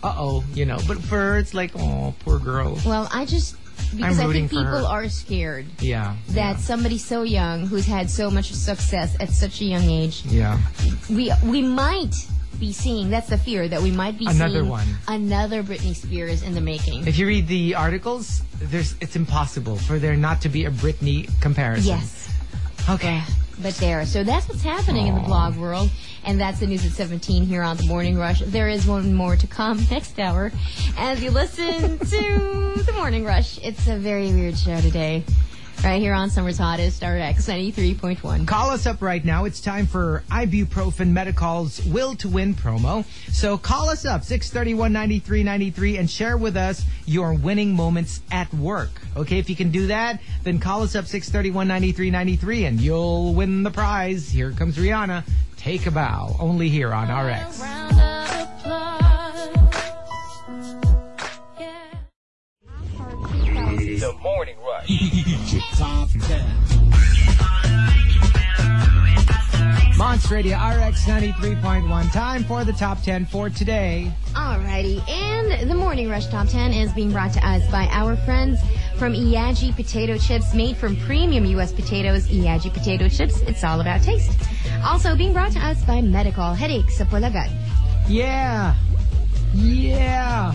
Speaker 4: uh oh, you know. But for her, it's like, oh, poor girl.
Speaker 2: Well, I just, because
Speaker 4: I'm
Speaker 2: I
Speaker 4: rooting
Speaker 2: think
Speaker 4: for
Speaker 2: people
Speaker 4: her.
Speaker 2: are scared
Speaker 4: Yeah,
Speaker 2: that somebody so young who's had so much success at such a young age,
Speaker 4: yeah,
Speaker 2: we we might be seeing, that's the fear, that we might be
Speaker 4: Another
Speaker 2: seeing
Speaker 4: one.
Speaker 2: another Britney Spears in the making.
Speaker 4: If you read the articles, there's it's impossible for there not to be a Britney comparison.
Speaker 2: yes.
Speaker 4: Okay.
Speaker 2: But there. So that's what's happening in the blog world. And that's the news at 17 here on The Morning Rush. There is one more to come *laughs* next hour as you
Speaker 4: *laughs*
Speaker 2: listen to The Morning Rush. It's a very weird show today. Right here on Summer's Hottest, RX 93.1.
Speaker 4: Call us up right now. It's time for ibuprofen Medical's Will to Win promo. So call us up, 631-9393, and share with us your winning moments at work. Okay, if you can do that, then call us up, 631-9393, and you'll win the prize. Here comes Rihanna. Take a bow. Only here on RX.
Speaker 5: The Morning Rush.
Speaker 4: Monster Radio RX 93.1. Time for the top 10 for today.
Speaker 2: Alrighty. And The Morning Rush Top 10 is being brought to us by our friends from Iaji Potato Chips, made from premium U.S. potatoes. Iaji Potato Chips, it's all about taste. Also being brought to us by Medical Headaches, Sapulagat.
Speaker 4: Yeah. Yeah.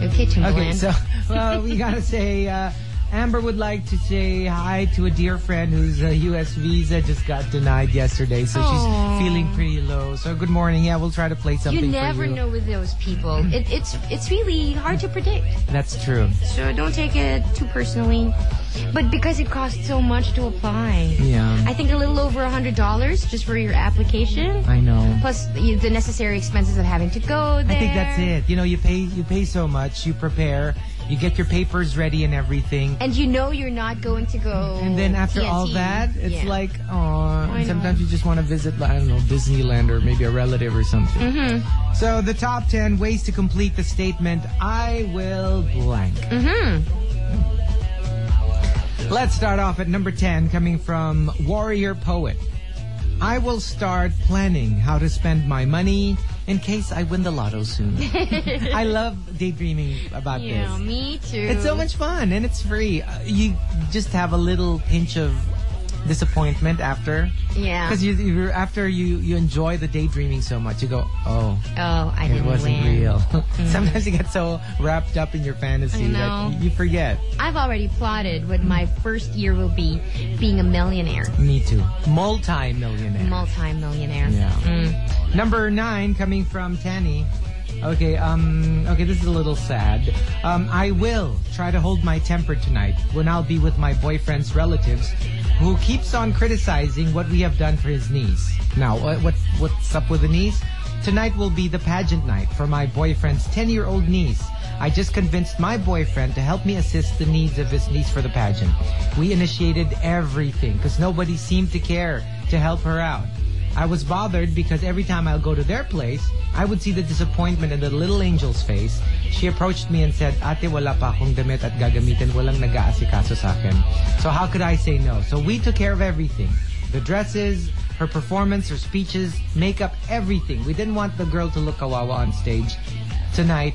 Speaker 2: Your kitchen
Speaker 4: Okay,
Speaker 2: blend.
Speaker 4: so uh, we gotta say uh, Amber would like to say hi to a dear friend whose uh, U.S. visa just got denied yesterday, so
Speaker 2: Aw.
Speaker 4: she's feeling pretty low. So good morning. Yeah, we'll try to play
Speaker 2: you
Speaker 4: something.
Speaker 2: never
Speaker 4: for you.
Speaker 2: know with those people. It, it's it's really hard to predict.
Speaker 4: That's true.
Speaker 2: So don't take it too personally. But because it costs so much to apply,
Speaker 4: Yeah.
Speaker 2: I think a little over a hundred dollars just for your application,
Speaker 4: I know.
Speaker 2: plus you, the necessary expenses of having to go there.
Speaker 4: I think that's it. You know, you pay you pay so much. You prepare. You get your papers ready and everything.
Speaker 2: And you know you're not going to go.
Speaker 4: And then after
Speaker 2: TNT.
Speaker 4: all that, it's
Speaker 2: Yeah.
Speaker 4: like, oh,
Speaker 2: I
Speaker 4: and sometimes you just want to visit, like, I don't know, Disneyland or maybe a relative or something.
Speaker 2: Mm-hmm.
Speaker 4: So the top 10 ways to complete the statement, I will blank.
Speaker 2: Mm-hmm.
Speaker 4: Let's start off at number 10, coming from Warrior Poet. I will start planning how to spend my money in case I win the
Speaker 2: *laughs*
Speaker 4: lotto soon. I love daydreaming about this.
Speaker 2: Yeah, me too.
Speaker 4: It's so much fun and it's free. Uh, You just have a little pinch of disappointment after.
Speaker 2: Yeah.
Speaker 4: Because you, you after you you enjoy the daydreaming so much, you go, oh,
Speaker 2: Oh, I
Speaker 4: it
Speaker 2: didn't
Speaker 4: wasn't
Speaker 2: win.
Speaker 4: real. *laughs* Sometimes you get so wrapped up in your fantasy
Speaker 2: Mm-hmm. I know.
Speaker 4: that you forget.
Speaker 2: I've already plotted what my first year will be being a millionaire,
Speaker 4: Me too. Multi-millionaire.
Speaker 2: multi-millionaire.
Speaker 4: Yeah. Number nine coming from Tanny. Okay, um, okay, this is a little sad. Um, I will try to hold my temper tonight when I'll be with my boyfriend's relatives, who keeps on criticizing what we have done for his niece. Now, what, what what's up with the niece? Tonight will be the pageant night for my boyfriend's 10-year-old niece. I just convinced my boyfriend to help me assist the needs of his niece for the pageant. We initiated everything because nobody seemed to care to help her out. I was bothered because every time I'll go to their place, I would see the disappointment in the little angel's face. She approached me and said, Ate, wala pa akong damit at gagamitin. Walang nag-aasikaso sa akin. So how could I say no? So we took care of everything. The dresses, her performance, her speeches, makeup, everything. We didn't want the girl to look kawawa on stage tonight.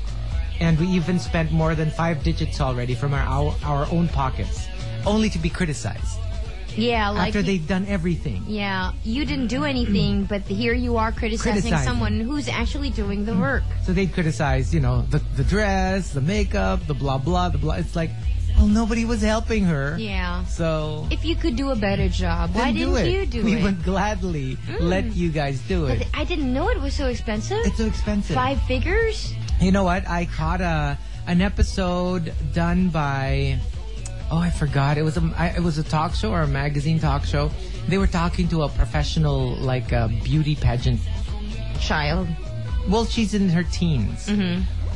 Speaker 4: And we even spent more than five digits already from our, our, our own pockets. Only to be criticized.
Speaker 2: Yeah, like
Speaker 4: after they've done everything.
Speaker 2: yeah, you didn't do anything, but here you are criticizing,
Speaker 4: Mm. Criticizing. Mm.
Speaker 2: someone who's actually doing the work.
Speaker 4: So they'd criticize, you know, the, the dress, the makeup, the blah blah, the blah. It's like, well, nobody was helping her.
Speaker 2: Yeah.
Speaker 4: So
Speaker 2: If you could do a better job, why
Speaker 4: then do
Speaker 2: didn't
Speaker 4: it.
Speaker 2: you do
Speaker 4: we
Speaker 2: it? Mm.
Speaker 4: would gladly let you guys do it.
Speaker 2: I didn't know it was so expensive.
Speaker 4: It's so expensive.
Speaker 2: Five figures?
Speaker 4: You know what? I caught a an episode done by oh I forgot it was a I- it was a talk show or a magazine talk show. They were talking to a professional like a beauty pageant
Speaker 2: Child.
Speaker 4: well, she's in her teens.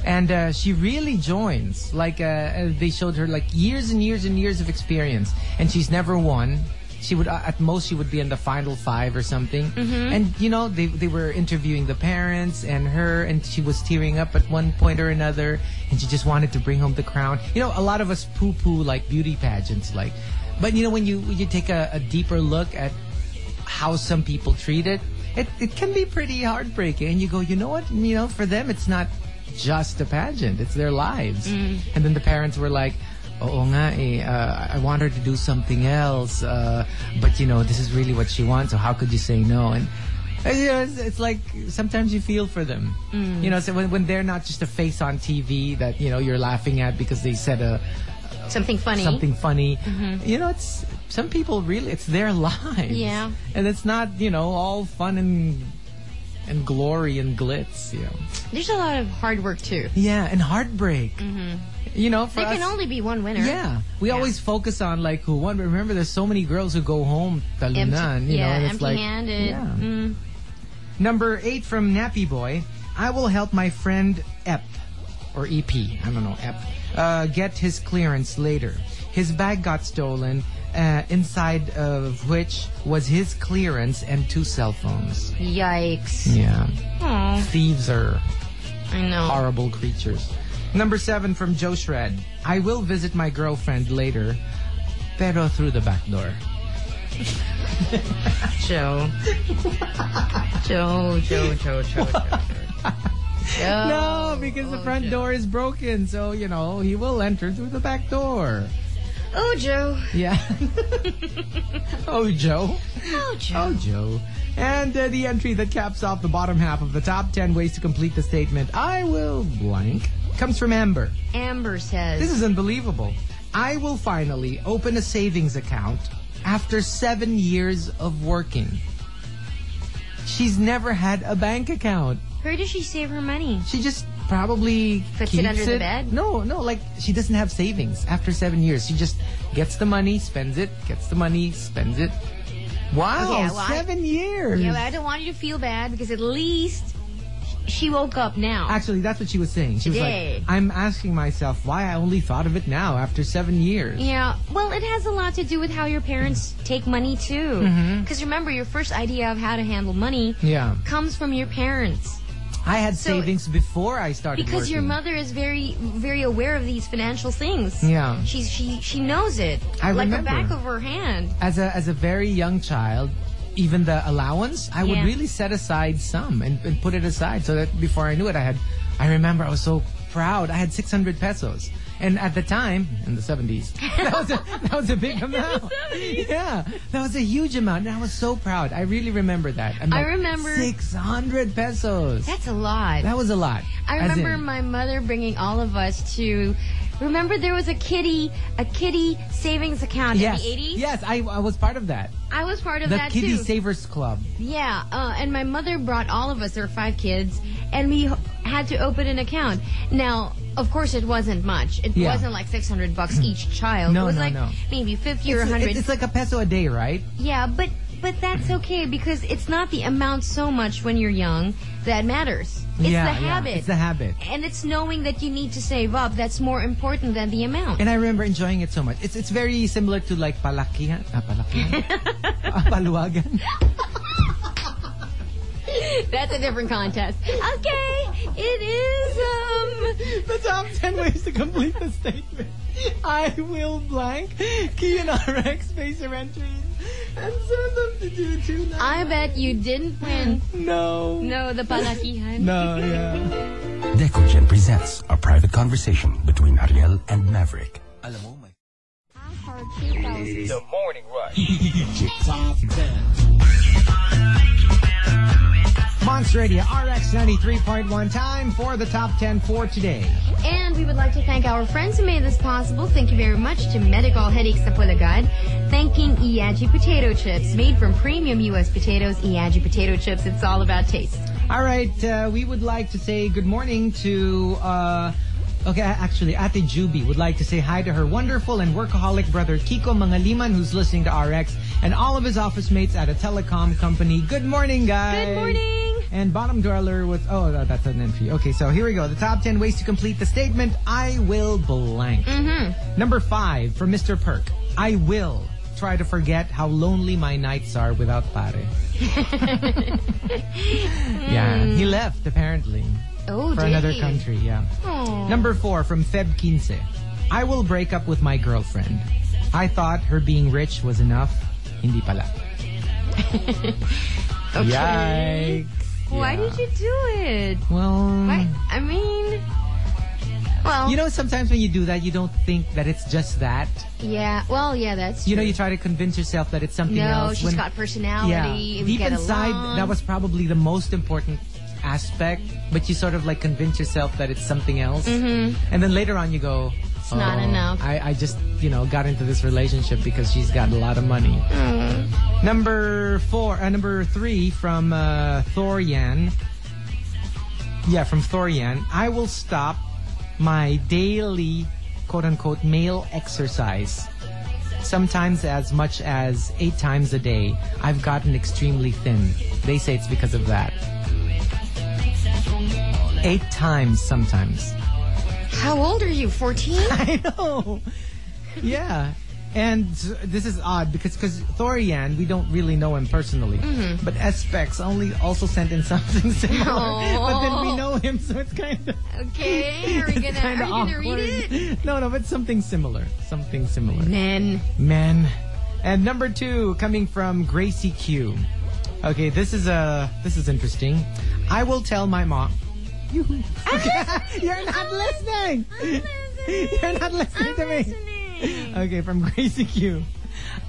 Speaker 4: And uh, she really joins. Like, uh, uh, they showed her like years and years and years of experience. And she's never won. She would, uh, at most, she would be in the final five or something. And, you know, they, they were interviewing the parents and her, and she was tearing up at one point or another. And she just wanted to bring home the crown. You know, a lot of us poo poo like beauty pageants. Like, but you know, when you, when you take a, a deeper look at how some people treat it, it, it can be pretty heartbreaking. And you go, you know what? You know, for them, it's not just a pageant; it's their lives. And then the parents were like, "Oo nga, eh, uh, I want her to do something else, uh, but you know, this is really what she wants. So how could you say no?" And uh, you know, it's, it's like sometimes you feel for them. You know, so when, when they're not just a face on TV that you know you're laughing at because they said a
Speaker 2: Something funny. Mm-hmm.
Speaker 4: something funny. You know, it's some people really it's their *laughs* lives.
Speaker 2: Yeah.
Speaker 4: And it's not, you know, all fun and and glory and glitz, you know.
Speaker 2: There's a lot of hard work too.
Speaker 4: Yeah, and heartbreak. You know, for
Speaker 2: There Mm-hmm. can
Speaker 4: us-
Speaker 2: only be one winner.
Speaker 4: yeah, we always focus on like who won. But remember, there's so many girls who go home
Speaker 2: Empty,
Speaker 4: talunan, you know,
Speaker 2: yeah,
Speaker 4: and it's like
Speaker 2: empty-handed.
Speaker 4: Yeah.
Speaker 2: Mm.
Speaker 4: Number eight from Nappy Boy. I will help my friend Ep, or EP, I don't know, Ep, uh, get his clearance later. His bag got stolen, uh, inside of which was his clearance and two cell phones.
Speaker 2: Yikes.
Speaker 4: Yeah.
Speaker 2: Aw,
Speaker 4: Thieves are
Speaker 2: I know.
Speaker 4: horrible creatures. Number seven from Joe Shred. I will visit my girlfriend later, pero through the back door.
Speaker 2: Joe. Joe, Joe, Joe, Joe, Joe. Joe.
Speaker 4: No, because
Speaker 2: Oh,
Speaker 4: the front door is broken, so, you know, he will enter through the back door.
Speaker 2: Oh, Joe.
Speaker 4: Yeah. *laughs* oh, Joe.
Speaker 2: Oh, Joe.
Speaker 4: Oh, Joe. And uh, the entry that caps off the bottom half of the top 10 ways to complete the statement, I will blank, comes from Amber.
Speaker 2: Amber says.
Speaker 4: This is unbelievable. I will finally open a savings account after seven years of working. She's never had a bank account.
Speaker 2: Where does she save her money?
Speaker 4: She just probably
Speaker 2: Puts it
Speaker 4: keeps
Speaker 2: under the bed?
Speaker 4: No, no, like she doesn't have savings after seven years. She just gets the money, spends it, gets the money, spends it. Wow,
Speaker 2: Yeah, well, I-
Speaker 4: seven years.
Speaker 2: Yeah, but I don't want you to feel bad because at least she woke up now.
Speaker 4: Actually, that's what she was saying. She was like,
Speaker 2: Today.
Speaker 4: I'm asking myself why I only thought of it now after seven years.
Speaker 2: Yeah, well, it has a lot to do with how your parents take money too.
Speaker 4: Mm-hmm.
Speaker 2: Because remember, your first idea of how to handle money
Speaker 4: Yeah.
Speaker 2: comes from your parents.
Speaker 4: I had
Speaker 2: So-
Speaker 4: savings before I started
Speaker 2: Because your
Speaker 4: working.
Speaker 2: mother is very, very aware of these financial things.
Speaker 4: Yeah.
Speaker 2: she's she she knows it
Speaker 4: I
Speaker 2: like
Speaker 4: remember.
Speaker 2: the back of her hand.
Speaker 4: as a as a very young child, even the allowance, I would
Speaker 2: Yeah.
Speaker 4: really set aside some and, and put it aside so that before I knew it, I had. I remember I was so proud. I had 600 pesos, and at the time, in the 70s, *laughs* that was a, that was a
Speaker 2: *laughs*
Speaker 4: big amount. Yeah, that was a huge amount, and I was so proud. I really remember that. I'm
Speaker 2: I
Speaker 4: like,
Speaker 2: remember-
Speaker 4: 600 pesos.
Speaker 2: That's a lot.
Speaker 4: That was a lot.
Speaker 2: I
Speaker 4: As
Speaker 2: remember
Speaker 4: in-
Speaker 2: my mother bringing all of us to. Remember, there was a kitty, a kitty savings account in
Speaker 4: Yes,
Speaker 2: the 80s.
Speaker 4: yes, I, I was part of that.
Speaker 2: I was part of
Speaker 4: The
Speaker 2: that
Speaker 4: Kitty
Speaker 2: too.
Speaker 4: Savers Club.
Speaker 2: Yeah, uh, and my mother brought all of us, there were five kids, and we h- had to open an account. Now, of course, it wasn't much. It
Speaker 4: Yeah.
Speaker 2: wasn't like 600 bucks each child.
Speaker 4: No,
Speaker 2: it was
Speaker 4: no,
Speaker 2: like
Speaker 4: no.
Speaker 2: maybe 50 or
Speaker 4: It's-
Speaker 2: 100.
Speaker 4: it's like a peso a day, right?
Speaker 2: yeah, but but that's okay because it's not the amount so much when you're young that matters. It's
Speaker 4: yeah,
Speaker 2: the
Speaker 4: yeah,
Speaker 2: habit.
Speaker 4: It's the habit.
Speaker 2: and it's knowing that you need to save up that's more important than the amount.
Speaker 4: And I remember enjoying it so much. It's it's very similar to like
Speaker 2: *laughs*
Speaker 4: palakihan, ah, palakihan, ah, paluwagan.
Speaker 2: *laughs* That's a different contest. Okay, it is, um,
Speaker 4: The top 10 ways to complete the statement. I will blank key in RX spacer entries and send them to do two now.
Speaker 2: I bet you didn't win.
Speaker 4: No.
Speaker 2: No, the palakihan. *laughs*
Speaker 4: No, yeah.
Speaker 8: Decogen presents a private conversation between Ariel and Maverick. Alam mo, may
Speaker 5: The Morning Rush.
Speaker 4: Monster Radio RX 93.1 time for the top 10 for today.
Speaker 2: And we would like to thank our friends who made this possible. Thank you very much to Medical Headaches Sapulagad. Thanking Iaji Potato Chips, made from premium U.S. potatoes. Iaji Potato Chips, it's all about taste.
Speaker 4: All right, uh, we would like to say good morning to. Uh, Okay, actually, Ate Juby would like to say hi to her wonderful and workaholic brother Kiko Mangaliman, who's listening to RX, and all of his office mates at a telecom company. Good morning, guys.
Speaker 2: Good morning.
Speaker 4: And bottom dweller with oh, no, that's an entry. Okay, so here we go. The top ten ways to complete the statement: I will blank.
Speaker 2: Mm-hmm.
Speaker 4: Number five for Mr. Perk. I will try to forget how lonely my nights are without Pare. Yeah,
Speaker 2: Mm.
Speaker 4: he left apparently
Speaker 2: Oh,
Speaker 4: for
Speaker 2: did
Speaker 4: another
Speaker 2: he?
Speaker 4: country. Yeah. Number four from Feb Quince. I will break up with my girlfriend. I thought her being rich was enough. Hindi
Speaker 2: *laughs*
Speaker 4: pala. Yikes.
Speaker 2: Why did you do it?
Speaker 4: Well,
Speaker 2: Why? I mean, well,
Speaker 4: Hmm. you know, sometimes when you do that, you don't think that it's just that.
Speaker 2: yeah, well, yeah, that's
Speaker 4: You know,
Speaker 2: true.
Speaker 4: you try to convince yourself that it's something
Speaker 2: no,
Speaker 4: else.
Speaker 2: she's
Speaker 4: when-
Speaker 2: got personality.
Speaker 4: yeah.
Speaker 2: and we
Speaker 4: Deep
Speaker 2: get
Speaker 4: inside,
Speaker 2: along.
Speaker 4: that was probably the most important aspect, but you sort of like convince yourself that it's something else. And then later on, you go, It's
Speaker 2: Mm-hmm. not enough."
Speaker 4: I, I just, you know, got into this relationship because she's got a lot of money.
Speaker 2: Mm-hmm.
Speaker 4: Number four, uh, number three from uh, Thorian. Yeah, from Thorian. I will stop my daily quote unquote male exercise. Sometimes as much as eight times a day. I've gotten extremely thin. They say it's because of that. Eight times sometimes.
Speaker 2: How old are you? 14?
Speaker 4: *laughs* I know. Yeah. And this is odd because because Thorian, we don't really know him personally.
Speaker 2: Mm-hmm.
Speaker 4: But Specs only also sent in *laughs* something similar. But then we know him, so it's kind of
Speaker 2: Okay,
Speaker 4: *laughs*
Speaker 2: are Oh. we gonna, are
Speaker 4: it's
Speaker 2: you
Speaker 4: kind of
Speaker 2: gonna
Speaker 4: awkward.
Speaker 2: read it?
Speaker 4: No, no, but something similar. Something similar.
Speaker 2: Men.
Speaker 4: Man. And number two coming from Gracie Q. Okay, this is uh, this is interesting. I will tell my mom. *laughs* You're not listening. *laughs* You're not listening to me. Okay, from Gracie Q.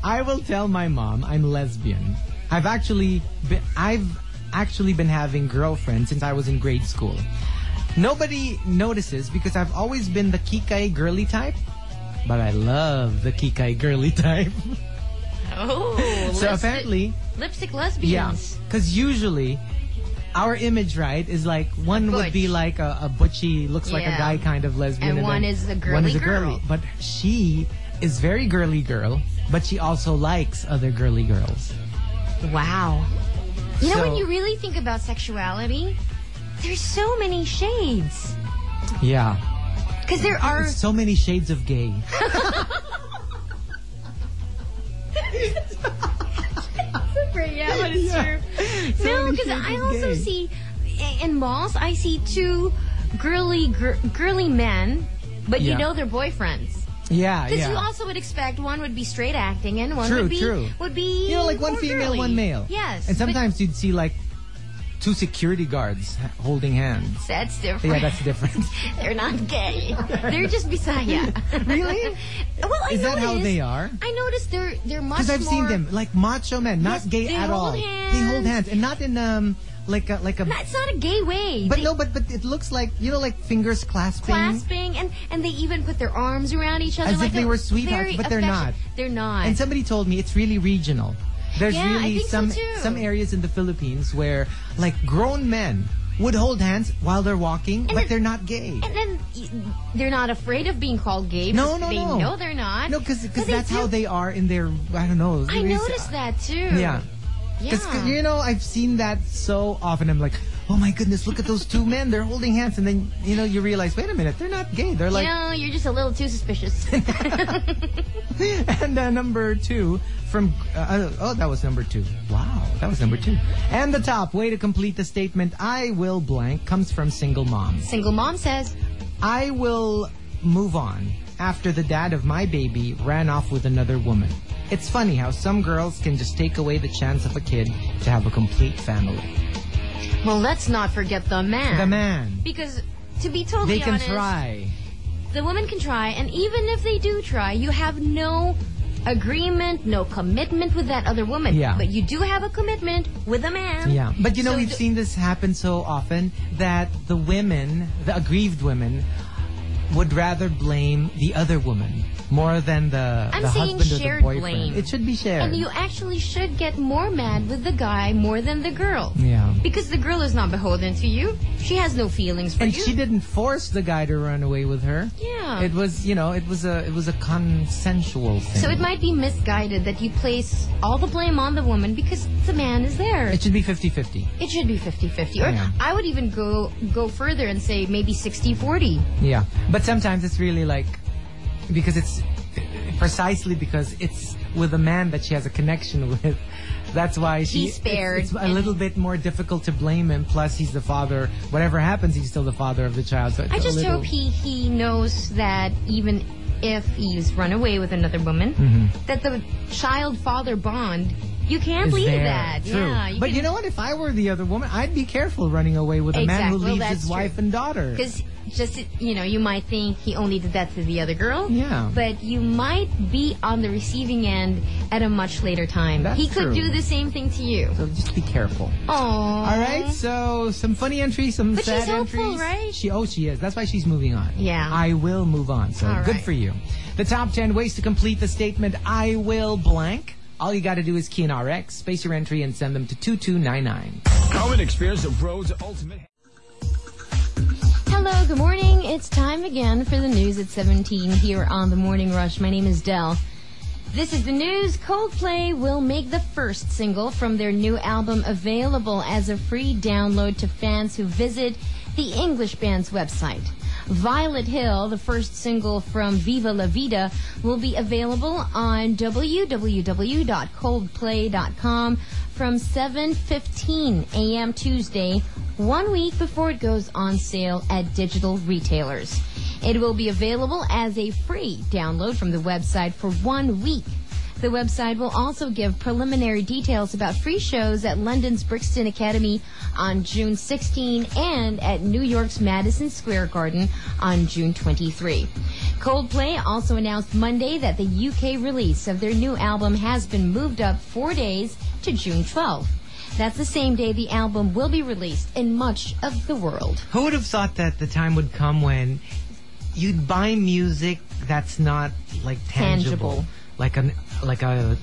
Speaker 4: I will tell my mom I'm lesbian. I've actually been, I've actually been having girlfriends since I was in grade school. Nobody notices because I've always been the kikai girly type, but I love the kikai girly type.
Speaker 2: Oh,
Speaker 4: *laughs* so apparently,
Speaker 2: lipstick
Speaker 4: yeah,
Speaker 2: lesbians.
Speaker 4: because usually our image, right, is like one would
Speaker 2: Butch.
Speaker 4: be like a, a butchy, looks like a
Speaker 2: Yeah.
Speaker 4: guy kind of lesbian,
Speaker 2: And one
Speaker 4: then
Speaker 2: is a
Speaker 4: one
Speaker 2: girly
Speaker 4: is a girly.
Speaker 2: girl.
Speaker 4: But she is very girly girl, but she also likes other girly girls.
Speaker 2: Wow. You know, when
Speaker 4: So-
Speaker 2: you really think about sexuality, there's so many shades.
Speaker 4: Yeah,
Speaker 2: Because there are.
Speaker 4: so many shades of gay. *laughs*
Speaker 2: yeah, but it's true. no,
Speaker 4: many
Speaker 2: because
Speaker 4: shades
Speaker 2: I
Speaker 4: of
Speaker 2: also
Speaker 4: gay.
Speaker 2: see i- in malls, I see two girly gir- girly men, but you
Speaker 4: Yeah.
Speaker 2: know they're boyfriends.
Speaker 4: Yeah,
Speaker 2: Because
Speaker 4: yeah.
Speaker 2: you also would expect one would be straight acting and one
Speaker 4: True,
Speaker 2: would be
Speaker 4: true.
Speaker 2: would be
Speaker 4: You know, like one
Speaker 2: more
Speaker 4: female,
Speaker 2: girly.
Speaker 4: one male.
Speaker 2: Yes,
Speaker 4: And
Speaker 2: but
Speaker 4: sometimes you'd see like two security guards h- holding hands.
Speaker 2: that's different.
Speaker 4: Yeah, that's different.
Speaker 2: *laughs* They're not
Speaker 4: *laughs*
Speaker 2: gay. They're just Bisaya.
Speaker 4: Really?
Speaker 2: well, I
Speaker 4: Is that how
Speaker 2: noticed-
Speaker 4: they are?
Speaker 2: I noticed they're they're much
Speaker 4: Because I've seen
Speaker 2: more-
Speaker 4: them like macho men, not
Speaker 2: Yes,
Speaker 4: gay
Speaker 2: they
Speaker 4: at all.
Speaker 2: hold
Speaker 4: They hold
Speaker 2: hands.
Speaker 4: hands, and not in um like a like a.
Speaker 2: That's not a gay way.
Speaker 4: but
Speaker 2: They-
Speaker 4: no, but but it looks like you know like fingers clasping.
Speaker 2: Clasping and and they even put their arms around each other
Speaker 4: As if
Speaker 2: like
Speaker 4: they
Speaker 2: a
Speaker 4: were sweethearts,
Speaker 2: very
Speaker 4: but they're not.
Speaker 2: affectionate- They're not.
Speaker 4: And somebody told me it's really regional. There's
Speaker 2: Yeah, I
Speaker 4: really
Speaker 2: think so
Speaker 4: some
Speaker 2: too.
Speaker 4: some areas in the Philippines where like grown men would hold hands while they're walking, but
Speaker 2: then-
Speaker 4: they're not gay.
Speaker 2: And then y- they're not afraid of being called gay.
Speaker 4: No,
Speaker 2: because
Speaker 4: no,
Speaker 2: they
Speaker 4: no.
Speaker 2: know they're not.
Speaker 4: No, because
Speaker 2: But they
Speaker 4: that's how
Speaker 2: do-
Speaker 4: they are in their I don't know.
Speaker 2: I noticed that too.
Speaker 4: Yeah. Because,
Speaker 2: Yeah.
Speaker 4: you know, I've seen that so often. I'm like, oh my goodness, look at those two men. They're holding hands. And then, you know, you realize, wait a minute, they're not gay. They're *laughs* like.
Speaker 2: no, you're just a little too
Speaker 4: *laughs*
Speaker 2: suspicious.
Speaker 4: and uh, number two from. Uh, oh, that was number two. Wow, that was number two. And the top way to complete the statement, I will blank, comes from single moms.
Speaker 2: Single mom says,
Speaker 4: I will move on after the dad of my baby ran off with another woman. It's funny how some girls can just take away the chance of a kid to have a complete family.
Speaker 2: well, let's not forget the man.
Speaker 4: The man.
Speaker 2: Because, to be totally
Speaker 4: They can
Speaker 2: honest,
Speaker 4: try.
Speaker 2: the women can try, and even if they do try, you have no agreement, no commitment with that other woman.
Speaker 4: Yeah.
Speaker 2: But you do have a commitment with a man.
Speaker 4: Yeah, but you know
Speaker 2: So
Speaker 4: we've
Speaker 2: the-
Speaker 4: seen this happen so often that the women, the aggrieved women, would rather blame the other woman more than the
Speaker 2: I'm
Speaker 4: the
Speaker 2: saying
Speaker 4: husband or
Speaker 2: shared
Speaker 4: the boyfriend.
Speaker 2: blame.
Speaker 4: It should be shared.
Speaker 2: And you actually should get more mad with the guy more than the girl.
Speaker 4: Yeah.
Speaker 2: Because the girl is not beholden to you. She has no feelings for
Speaker 4: And
Speaker 2: you.
Speaker 4: she didn't force the guy to run away with her.
Speaker 2: Yeah.
Speaker 4: It was, you know, it was a it was a consensual thing.
Speaker 2: so it might be misguided that you place all the blame on the woman because the man is there.
Speaker 4: it should be 50-50.
Speaker 2: It should be 50-50. Or
Speaker 4: Yeah.
Speaker 2: I would even go go further and say maybe 60-40.
Speaker 4: Yeah. But sometimes it's really like because it's precisely because it's with a man that she has a connection *laughs* with. That's why she
Speaker 2: He's spared.
Speaker 4: It's, it's a little bit more difficult to blame him. Plus, he's the father. Whatever happens, he's still the father of the child. So it's
Speaker 2: I
Speaker 4: a
Speaker 2: just
Speaker 4: little-
Speaker 2: hope he, he knows that even if he's run away with another woman, that the child father bond, you can't
Speaker 4: Mm-hmm. is
Speaker 2: leave
Speaker 4: there.
Speaker 2: that.
Speaker 4: True.
Speaker 2: Yeah, you
Speaker 4: but you know what? If I were the other woman, I'd be careful running away with a man who
Speaker 2: Exact- well,
Speaker 4: leaves
Speaker 2: that's
Speaker 4: his wife
Speaker 2: true.
Speaker 4: and daughter.
Speaker 2: because just you know you might think he only did that to the other girl.
Speaker 4: Yeah.
Speaker 2: but you might be on the receiving end at a much later time.
Speaker 4: That's
Speaker 2: he could
Speaker 4: true.
Speaker 2: do the same thing to you.
Speaker 4: So just be careful.
Speaker 2: Oh, all
Speaker 4: All right, so some funny entries, some
Speaker 2: But
Speaker 4: sad
Speaker 2: she's hopeful,
Speaker 4: entries.
Speaker 2: right?
Speaker 4: She oh she is. That's why she's moving on.
Speaker 2: Yeah.
Speaker 4: I will move on. So
Speaker 2: All
Speaker 4: good
Speaker 2: right.
Speaker 4: for you. The top ten ways to complete the statement I will blank. All you gotta do is key in RX, space your entry, and send them to two two nine nine.
Speaker 9: Common experience of Road's ultimate.
Speaker 2: Hello, good morning. It's time again for the news at 17 here on the Morning Rush. My name is Dell. This is the news. Coldplay will make the first single from their new album available as a free download to fans who visit the English band's website. Violet Hill, the first single from Viva La Vida, will be available on www.coldplay.com from 7:15 a.m. Tuesday, one week before it goes on sale at digital retailers. It will be available as a free download from the website for one week. The website will also give preliminary details about free shows at London's Brixton Academy on June 16 and at New York's Madison Square Garden on June 23. Coldplay also announced Monday that the UK release of their new album has been moved up four days to June 12. That's the same day the album will be released in much of the world.
Speaker 4: Who would have thought that the time would come when you'd buy music that's not like tangible,
Speaker 2: Tangible.
Speaker 4: like an like a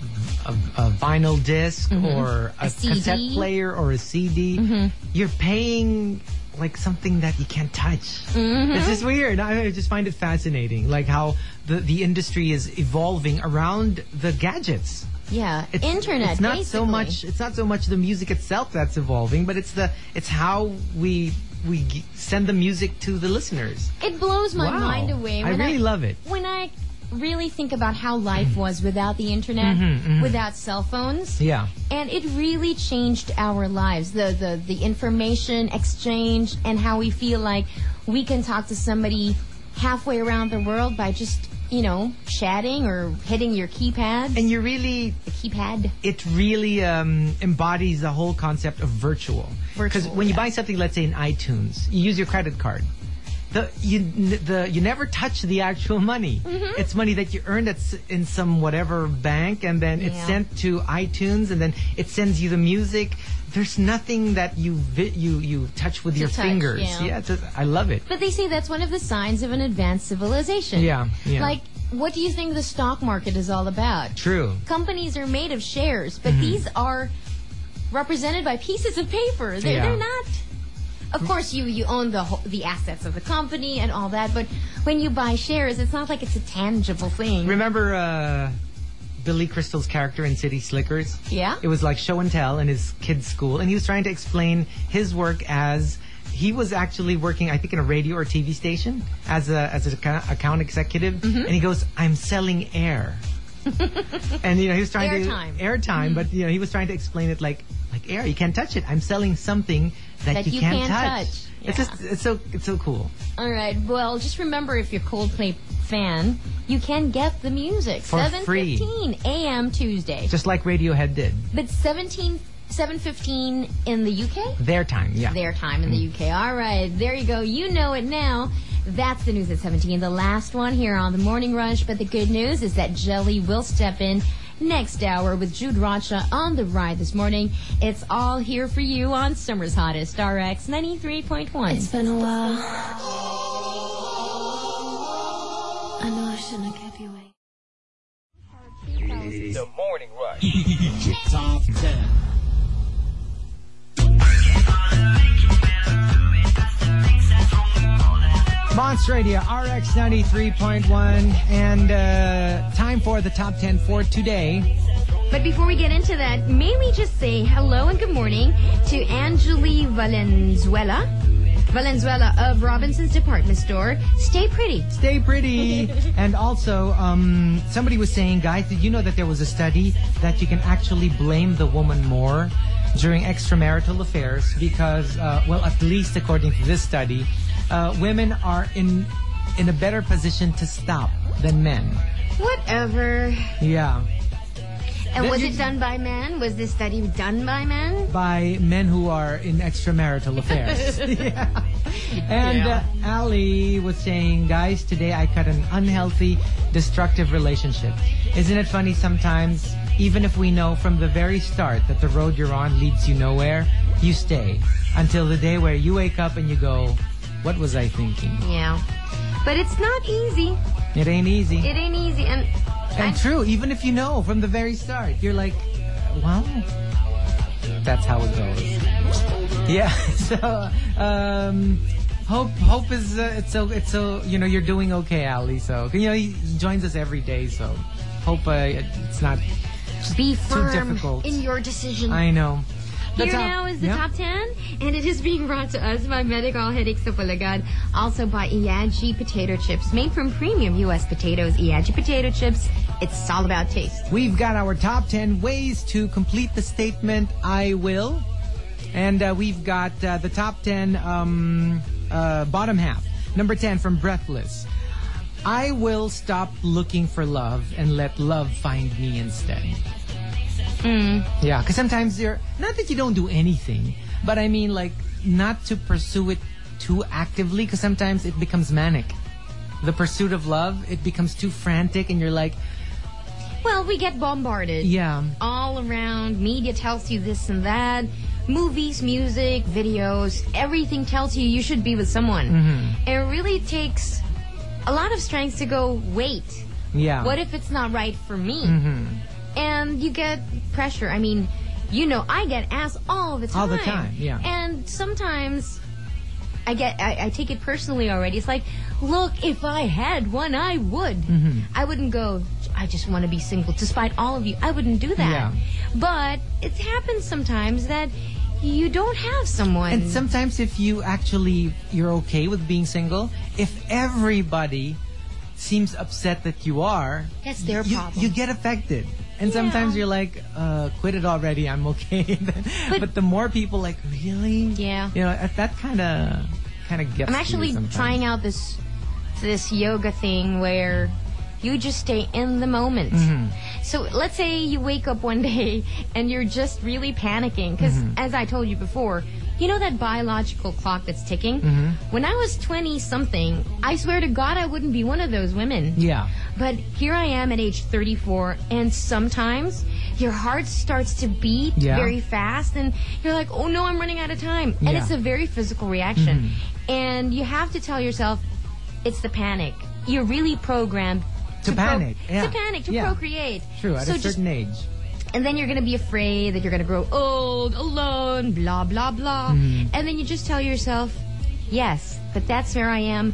Speaker 4: a, a vinyl disk or Mm-hmm. a, Mm-hmm.
Speaker 2: A CD.
Speaker 4: cassette player or a CD? You're paying like something that you can't touch. This is weird. I I just find it fascinating, like how the the industry is evolving around the gadgets.
Speaker 2: Yeah,
Speaker 4: It's-
Speaker 2: internet.
Speaker 4: It's not so
Speaker 2: basically.
Speaker 4: much. It's not so much the music itself that's evolving, but it's the it's how we we g- send the music to the listeners.
Speaker 2: It blows my
Speaker 4: Wow.
Speaker 2: mind away.
Speaker 4: I
Speaker 2: when
Speaker 4: really love it.
Speaker 2: When I really think about how
Speaker 4: Mm-hmm.
Speaker 2: life was without the internet, without cell phones.
Speaker 4: Yeah.
Speaker 2: And it really changed our lives. The, the the information exchange and how we feel like we can talk to somebody halfway around the world by just, you know, chatting or hitting your keypad.
Speaker 4: And you really,
Speaker 2: the keypad.
Speaker 4: it really um, embodies the whole concept of virtual. Because
Speaker 2: Virtual,
Speaker 4: when you
Speaker 2: yeah.
Speaker 4: buy something, let's say in iTunes, you use your credit card. The you n- the you never touch the actual money.
Speaker 2: Mm-hmm.
Speaker 4: It's money that you earned at, s- in some whatever bank, and then it's
Speaker 2: Yeah.
Speaker 4: sent to iTunes, and then it sends you the music. There's nothing that you vi- you you touch with your
Speaker 2: touch,
Speaker 4: fingers.
Speaker 2: yeah.
Speaker 4: it's a- I love it.
Speaker 2: But they say that's one of the signs of an advanced civilization.
Speaker 4: Yeah, yeah.
Speaker 2: Like, what do you think the stock market is all about?
Speaker 4: True.
Speaker 2: companies are made of shares,
Speaker 4: Mm-hmm.
Speaker 2: but these are represented by pieces of paper. They're,
Speaker 4: Yeah.
Speaker 2: they're not. Of course, you, you own the whole, the assets of the company and all that, but when you buy shares, it's not like it's a tangible thing.
Speaker 4: Remember uh, Billy Crystal's character in City Slickers.
Speaker 2: Yeah?
Speaker 4: It was like show and tell in his kids' school, and he was trying to explain his work as he was actually working, I think, in a radio or TV station as a as an account, account executive,
Speaker 2: Mm-hmm.
Speaker 4: and he goes, "I'm selling
Speaker 2: *laughs*
Speaker 4: air." and you know he was trying
Speaker 2: Airtime.
Speaker 4: to airtime, but you know he was trying to explain it like like air. You can't touch it. I'm selling something that,
Speaker 2: That you can't touch.
Speaker 4: It's
Speaker 2: Yeah.
Speaker 4: just it's so it's so cool.
Speaker 2: All right. Well, just remember if you're Coldplay fan, you can get the music.
Speaker 4: For free.
Speaker 2: 7:15 a.m. Tuesday.
Speaker 4: Just like Radiohead did
Speaker 2: But 17 7:15 in the UK?
Speaker 4: their time. Yeah.
Speaker 2: Their time in the UK. All right. There you go. You know it now. That's the news at 17. The last one here on the morning rush, but the good news is that Jelly will step in next hour with Jude Rocha on the ride this morning. It's all here for you on Summer's Hottest RX 93.1.
Speaker 10: been a while. I know I shouldn't have kept you waiting.
Speaker 5: The Morning Rush.
Speaker 3: Top 10.
Speaker 4: Monster Radio RX 93.1 and uh, time for the top 10 for today.
Speaker 2: But before we get into that, may we just say hello and good morning to Angeli Valenzuela, Valenzuela of Robinson's Department Store. Stay pretty.
Speaker 4: Stay pretty. and also, um, somebody was saying, guys, did you know that there was a study that you can actually blame the woman more during extramarital affairs because, uh, well, at least according to this study, uh, women are in in a better position to stop than men.
Speaker 10: Whatever.
Speaker 4: Yeah,
Speaker 10: And was
Speaker 4: you-
Speaker 10: it done by man? Was this study done by man?
Speaker 4: by men who are in extramarital affairs. Yeah. And uh, Ali was saying, guys, today I cut an unhealthy, destructive relationship. Isn't it funny sometimes, even if we know from the very start that the road you're on leads you nowhere, you stay until the day where you wake up and you go, what was I thinking?
Speaker 10: Yeah. But it's not easy.
Speaker 4: It ain't easy.
Speaker 10: It ain't easy. And
Speaker 4: and true, even if you know from the very start, you're like, wow. That's how it goes. Yeah. *laughs* So, um, hope hope is uh, it's so it's so you know you're doing okay, Ali. So you know he he joins us every day. So hope uh, it's not.
Speaker 10: be firm
Speaker 4: difficult.
Speaker 10: in your decision.
Speaker 4: I know.
Speaker 2: Here
Speaker 4: That's how-
Speaker 2: now is the
Speaker 4: yeah.
Speaker 2: top 10, and it is being brought to us by Medical Headaches of Palagad, also by Iaji Potato Chips, made from premium U.S. potatoes. Iaji Potato Chips, it's all about taste.
Speaker 4: We've got our top 10 ways to complete the statement I will. And uh, we've got uh, the top 10 um, uh, bottom half. Number 10 from Breathless. I will stop looking for love and let love find me instead. Yeah, because sometimes you're not that you don't do anything, but I mean like not to pursue it too actively because sometimes it becomes manic. The pursuit of love, it becomes too frantic and you're like,
Speaker 2: Well, we get bombarded.
Speaker 4: yeah,
Speaker 2: all around. Media tells you this and that. Movies, music, videos, everything tells you you should be with someone.
Speaker 4: Mm-hmm.
Speaker 2: And it really takes a lot of strength to go, wait,
Speaker 4: yeah. Mm-hmm.
Speaker 2: what if it's not right for me? And you get pressure. I mean, you know, I get asked all the time.
Speaker 4: All the time, yeah.
Speaker 2: And sometimes I get, I, I take it personally already. It's like, look, if I had one, I would.
Speaker 4: Mm-hmm.
Speaker 2: I wouldn't go, I just want to be single, despite all of you. I wouldn't do that.
Speaker 4: Yeah.
Speaker 2: But it happens sometimes that you don't have someone.
Speaker 4: And sometimes if you actually you're okay with being single, if everybody seems upset that you are,
Speaker 2: That's their
Speaker 4: you,
Speaker 2: problem.
Speaker 4: You get affected. And sometimes you're like, uh, quit it already, I'm okay. *laughs* but, the more people like, really?
Speaker 2: Yeah.
Speaker 4: You know, that- that kind of kind of gets
Speaker 2: I'm actually trying out this this yoga thing where you just stay in the moment. So let's say you wake up one *laughs* day and you're just really panicking because, as I told you before, you know that biological clock that's ticking. When I was 20 something, I swear to God, I wouldn't be one of those women.
Speaker 4: Yeah.
Speaker 2: But here I am at age 34, and sometimes your heart starts to beat
Speaker 4: Yeah.
Speaker 2: very fast, and you're like, oh no, I'm running out of time. And
Speaker 4: Yeah. Mm-hmm.
Speaker 2: it's a very physical reaction. And you have to tell yourself, it's the panic. You're really programmed
Speaker 4: To panic, yeah.
Speaker 2: To panic, to
Speaker 4: Yeah.
Speaker 2: procreate.
Speaker 4: True, at
Speaker 2: so
Speaker 4: a
Speaker 2: just,
Speaker 4: certain age.
Speaker 2: And then you're going to be afraid that you're going to grow old, alone, blah, blah, blah.
Speaker 4: Mm.
Speaker 2: And then you just tell yourself, yes, but that's where I am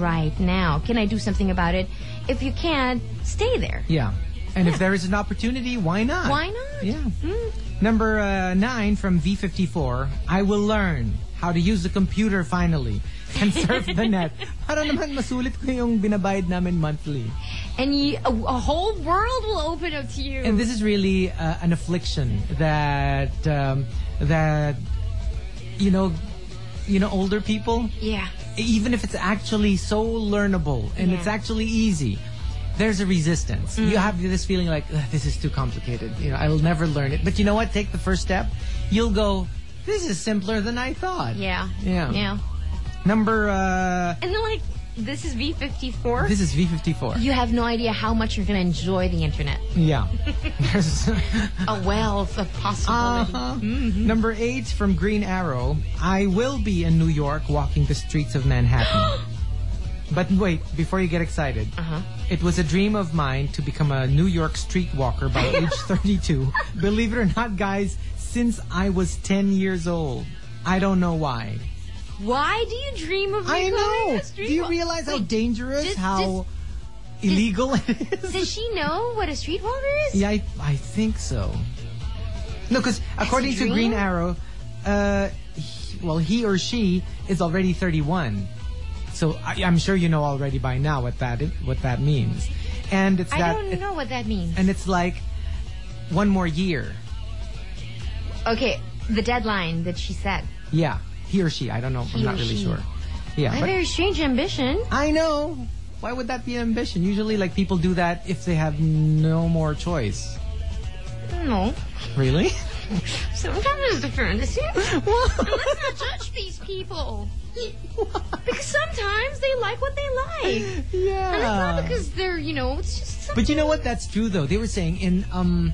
Speaker 2: right now. Can I do something about it? If you can't, stay there
Speaker 4: Yeah. And if there is an opportunity, why not?
Speaker 2: Why not? Mm-hmm.
Speaker 4: Yeah. Number uh, nine from V54. I will learn how to use the computer finally and *laughs* surf the net. Para naman masulit ko yung binabayad namin monthly.
Speaker 2: And you, a, a whole world will open up to you.
Speaker 4: And this is really uh, an affliction that um, that you know you know older people
Speaker 2: yeah.
Speaker 4: even if it's actually so learnable and
Speaker 2: Yeah. Mm-hmm.
Speaker 4: it's actually easy there's a resistance you have this feeling like "Ugh, this is too complicated you know i'll never learn it but you know what take the first step you'll go this is simpler than i thought
Speaker 2: Yeah.
Speaker 4: Yeah.
Speaker 2: Yeah.
Speaker 4: number uh
Speaker 2: And then, like, this is V54.
Speaker 4: this is
Speaker 2: *laughs*
Speaker 4: v54
Speaker 2: you have no idea how much you're going to enjoy the
Speaker 4: *laughs*
Speaker 2: internet.
Speaker 4: yeah There's-
Speaker 2: A wealth of possibilities.
Speaker 4: Uh-huh. Number eight from Green Arrow. I will be in New York walking the streets of
Speaker 2: *gasps*
Speaker 4: Manhattan. but wait, before you get excited,
Speaker 2: Uh-huh.
Speaker 4: it was a dream of mine to become a New York street walker
Speaker 2: *laughs*
Speaker 4: by age 32. Believe it or not, guys, since I was 10 years old. I don't know why.
Speaker 2: Why do you dream of
Speaker 4: I
Speaker 2: becoming
Speaker 4: know.
Speaker 2: a
Speaker 4: Do
Speaker 2: street
Speaker 4: you
Speaker 2: walk-
Speaker 4: realize how
Speaker 2: Wait,
Speaker 4: dangerous,
Speaker 2: just-
Speaker 4: how illegal it is?
Speaker 2: Does she know what a streetwalker is?
Speaker 4: Yeah, I, I think so. No, because according to
Speaker 2: dream?
Speaker 4: Green Arrow, uh, he- well, he or she is already 31. So I, I'm sure you know already by now what that is, what that means, and it's
Speaker 2: I
Speaker 4: that,
Speaker 2: don't know what that means.
Speaker 4: and it's like one more year.
Speaker 2: Okay, the deadline that she set.
Speaker 4: Yeah, he or she. I don't know. I'm
Speaker 2: He
Speaker 4: not
Speaker 2: or
Speaker 4: really
Speaker 2: she.
Speaker 4: sure. Yeah,
Speaker 2: A
Speaker 4: but
Speaker 2: very strange ambition.
Speaker 4: I know. Why would that be ambition? Usually, like people do that if they have no more choice.
Speaker 2: No. *laughs*
Speaker 4: Really?
Speaker 2: Sometimes it's a
Speaker 4: *laughs*
Speaker 2: fantasy. Let's not judge these people. Because sometimes they like what they like.
Speaker 4: yeah.
Speaker 2: And it's not because they're, you know, it's just something.
Speaker 4: But you know what? That's true though. They were saying in um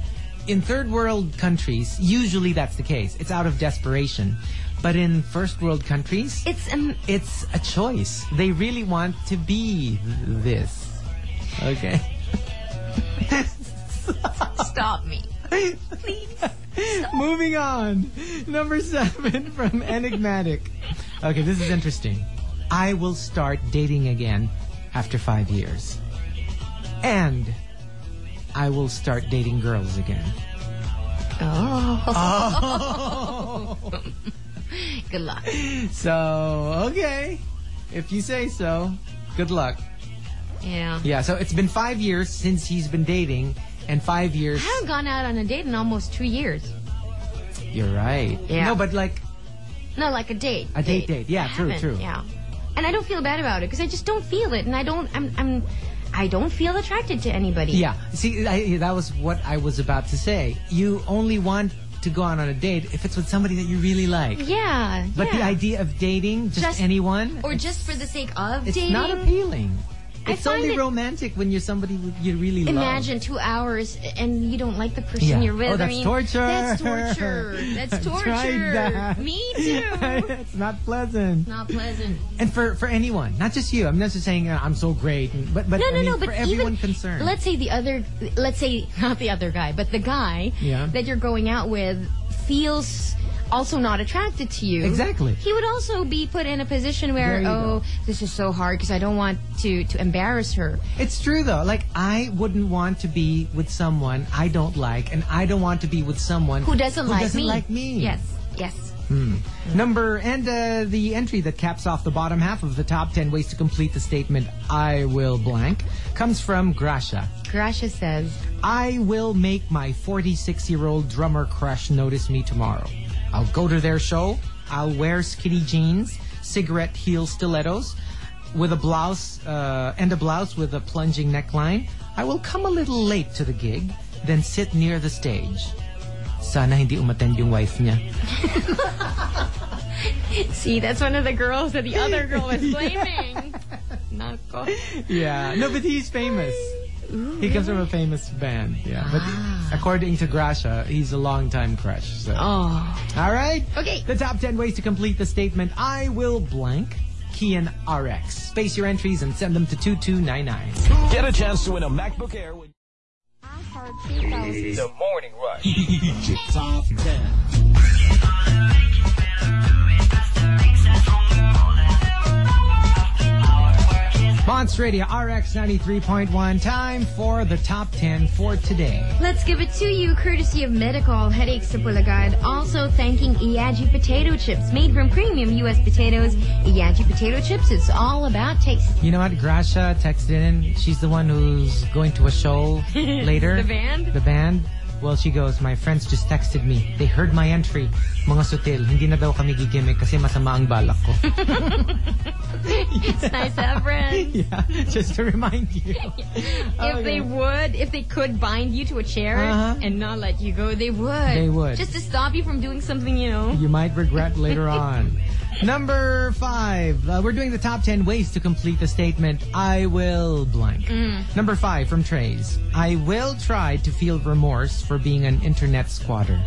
Speaker 4: in third world countries, usually that's the case. It's out of desperation. But in first world countries,
Speaker 2: It's, um,
Speaker 4: it's a choice. They really want to be this. Okay. *laughs*
Speaker 2: stop me.
Speaker 4: Moving on. Number seven from Enigmatic. Okay, this is interesting. I will start dating again after five years. And I will start dating girls again. Oh.
Speaker 2: *laughs* Good luck.
Speaker 4: So, okay. If you say so, good luck.
Speaker 2: Yeah.
Speaker 4: Yeah, so it's been five years since he's been dating, and five years.
Speaker 2: I haven't gone out on a date in almost two years.
Speaker 4: You're right.
Speaker 2: Yeah.
Speaker 4: No, but like,
Speaker 2: No, like a date.
Speaker 4: A date, date. Yeah,
Speaker 2: I
Speaker 4: true,
Speaker 2: haven't,
Speaker 4: true.
Speaker 2: Yeah, and I don't feel bad about it because I just don't feel it, and I don't. I'm. I'm. I don't feel attracted to anybody.
Speaker 4: yeah. See, I, that was what I was about to say. You only want to go out on a date if it's with somebody that you really like.
Speaker 2: Yeah.
Speaker 4: But the
Speaker 2: yeah.
Speaker 4: idea of dating just,
Speaker 2: Just-
Speaker 4: anyone,
Speaker 2: or just for the sake of
Speaker 4: it's
Speaker 2: dating.
Speaker 4: not appealing.
Speaker 2: I
Speaker 4: It's
Speaker 2: find
Speaker 4: only
Speaker 2: it-
Speaker 4: romantic when you're somebody you really love.
Speaker 2: Imagine two hours and you don't like the person
Speaker 4: Yeah.
Speaker 2: you're with.
Speaker 4: Oh,
Speaker 2: I
Speaker 4: that's
Speaker 2: mean,
Speaker 4: torture.
Speaker 2: That's
Speaker 4: *laughs*
Speaker 2: torture. That's
Speaker 4: I've
Speaker 2: torture.
Speaker 4: tried that. *laughs*
Speaker 2: Me *laughs* too.
Speaker 4: it's not pleasant.
Speaker 2: not pleasant.
Speaker 4: And for, for anyone, not just you. I'm not just saying uh, I'm so great, and- but but
Speaker 2: No,
Speaker 4: I
Speaker 2: no,
Speaker 4: mean,
Speaker 2: no. But
Speaker 4: for everyone
Speaker 2: even
Speaker 4: concerned.
Speaker 2: let's say the other, let's say *laughs* not the other guy, but the guy
Speaker 4: Yeah.
Speaker 2: that you're going out with feels also not attracted to you.
Speaker 4: Exactly.
Speaker 2: He would also be put in a position
Speaker 4: There
Speaker 2: where,
Speaker 4: you
Speaker 2: oh,
Speaker 4: go.
Speaker 2: this is so hard because I don't want to to embarrass her.
Speaker 4: It's true though. Like I wouldn't want to be with someone I don't like, and I don't want to be with someone
Speaker 2: Who doesn't like me?
Speaker 4: like me.
Speaker 2: Yes. Yes.
Speaker 4: Number and uh, the entry that caps off the bottom half of the top ten ways to complete the statement "I will blank" comes from Grasha.
Speaker 2: Grasha says,
Speaker 4: I will make my 46 year old drummer crush notice me tomorrow. I'll go to their show. I'll wear skinny jeans, cigarette heel stilettos, with a blouse, uh, and a blouse with a plunging neckline. I will come a little late to the gig, then sit near the stage. Sana hindi umattend yung wife niya.
Speaker 2: "See, that's one of the girls
Speaker 4: *laughs*
Speaker 2: that the other girl was blaming." Not cool.
Speaker 4: Yeah, no, but he's famous. he comes from a famous band. Yeah,
Speaker 2: Ah.
Speaker 4: but according to Grasha, he's a long-time crush. So.
Speaker 2: Oh,
Speaker 4: All right.
Speaker 2: Okay.
Speaker 4: The top 10 ways to complete the statement I will blank key in RX. Space your entries and send them to 2299.
Speaker 9: Get a chance to win a MacBook Air with
Speaker 5: iHeart 2000.
Speaker 7: The Morning Rush.
Speaker 4: Monster Radio RX 93.1. Time for the top 10 for today.
Speaker 10: Let's give it to you courtesy of Medical Headaches sa Pulagad. Also thanking
Speaker 2: E
Speaker 10: Iaji Potato Chips, made from premium U.S. potatoes.
Speaker 2: E
Speaker 10: Iaji Potato Chips is all about taste.
Speaker 4: *laughs* You know what? Gracia texted in. She's the one who's going to a
Speaker 10: *laughs*
Speaker 4: show later.
Speaker 10: The band?
Speaker 4: The band. Well, she goes, my friends just texted me. They heard my entry. Mga sutil, hindi na daw kami gigimik kasi masama ang balak ko. *laughs*
Speaker 10: It's nice to
Speaker 2: *laughs*
Speaker 10: have friends.
Speaker 4: yeah, just to remind you.
Speaker 2: If they would, if they could bind you to a chair
Speaker 4: Oh, Uh-huh.
Speaker 2: and not let you go, they would.
Speaker 4: They would.
Speaker 2: Just to stop you from doing something, you know.
Speaker 4: You might regret
Speaker 10: *laughs*
Speaker 4: later on. Number five. Uh, we're doing the top 10 ways to complete the statement, I will blank.
Speaker 10: Mm.
Speaker 4: Number five from Trey's. I will try to feel remorse for being an internet squatter.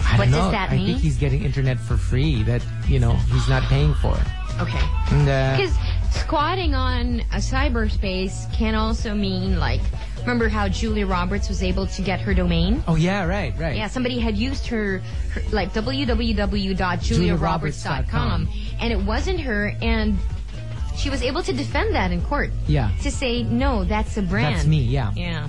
Speaker 4: I don't
Speaker 10: What
Speaker 4: know.
Speaker 10: does that
Speaker 4: I
Speaker 10: mean?
Speaker 4: think he's getting internet for free that, you know, he's not paying for.
Speaker 2: Okay.
Speaker 4: And, uh,
Speaker 2: Because squatting on a cyberspace can also mean like, remember how Julia Roberts was able to get her domain?
Speaker 4: oh, yeah, right, right.
Speaker 2: Yeah, somebody had used her, her like www.juliaroberts.com, and it wasn't her, and she was able to defend that in court.
Speaker 4: Yeah.
Speaker 2: To say no, that's a brand.
Speaker 4: That's me, yeah.
Speaker 2: Yeah.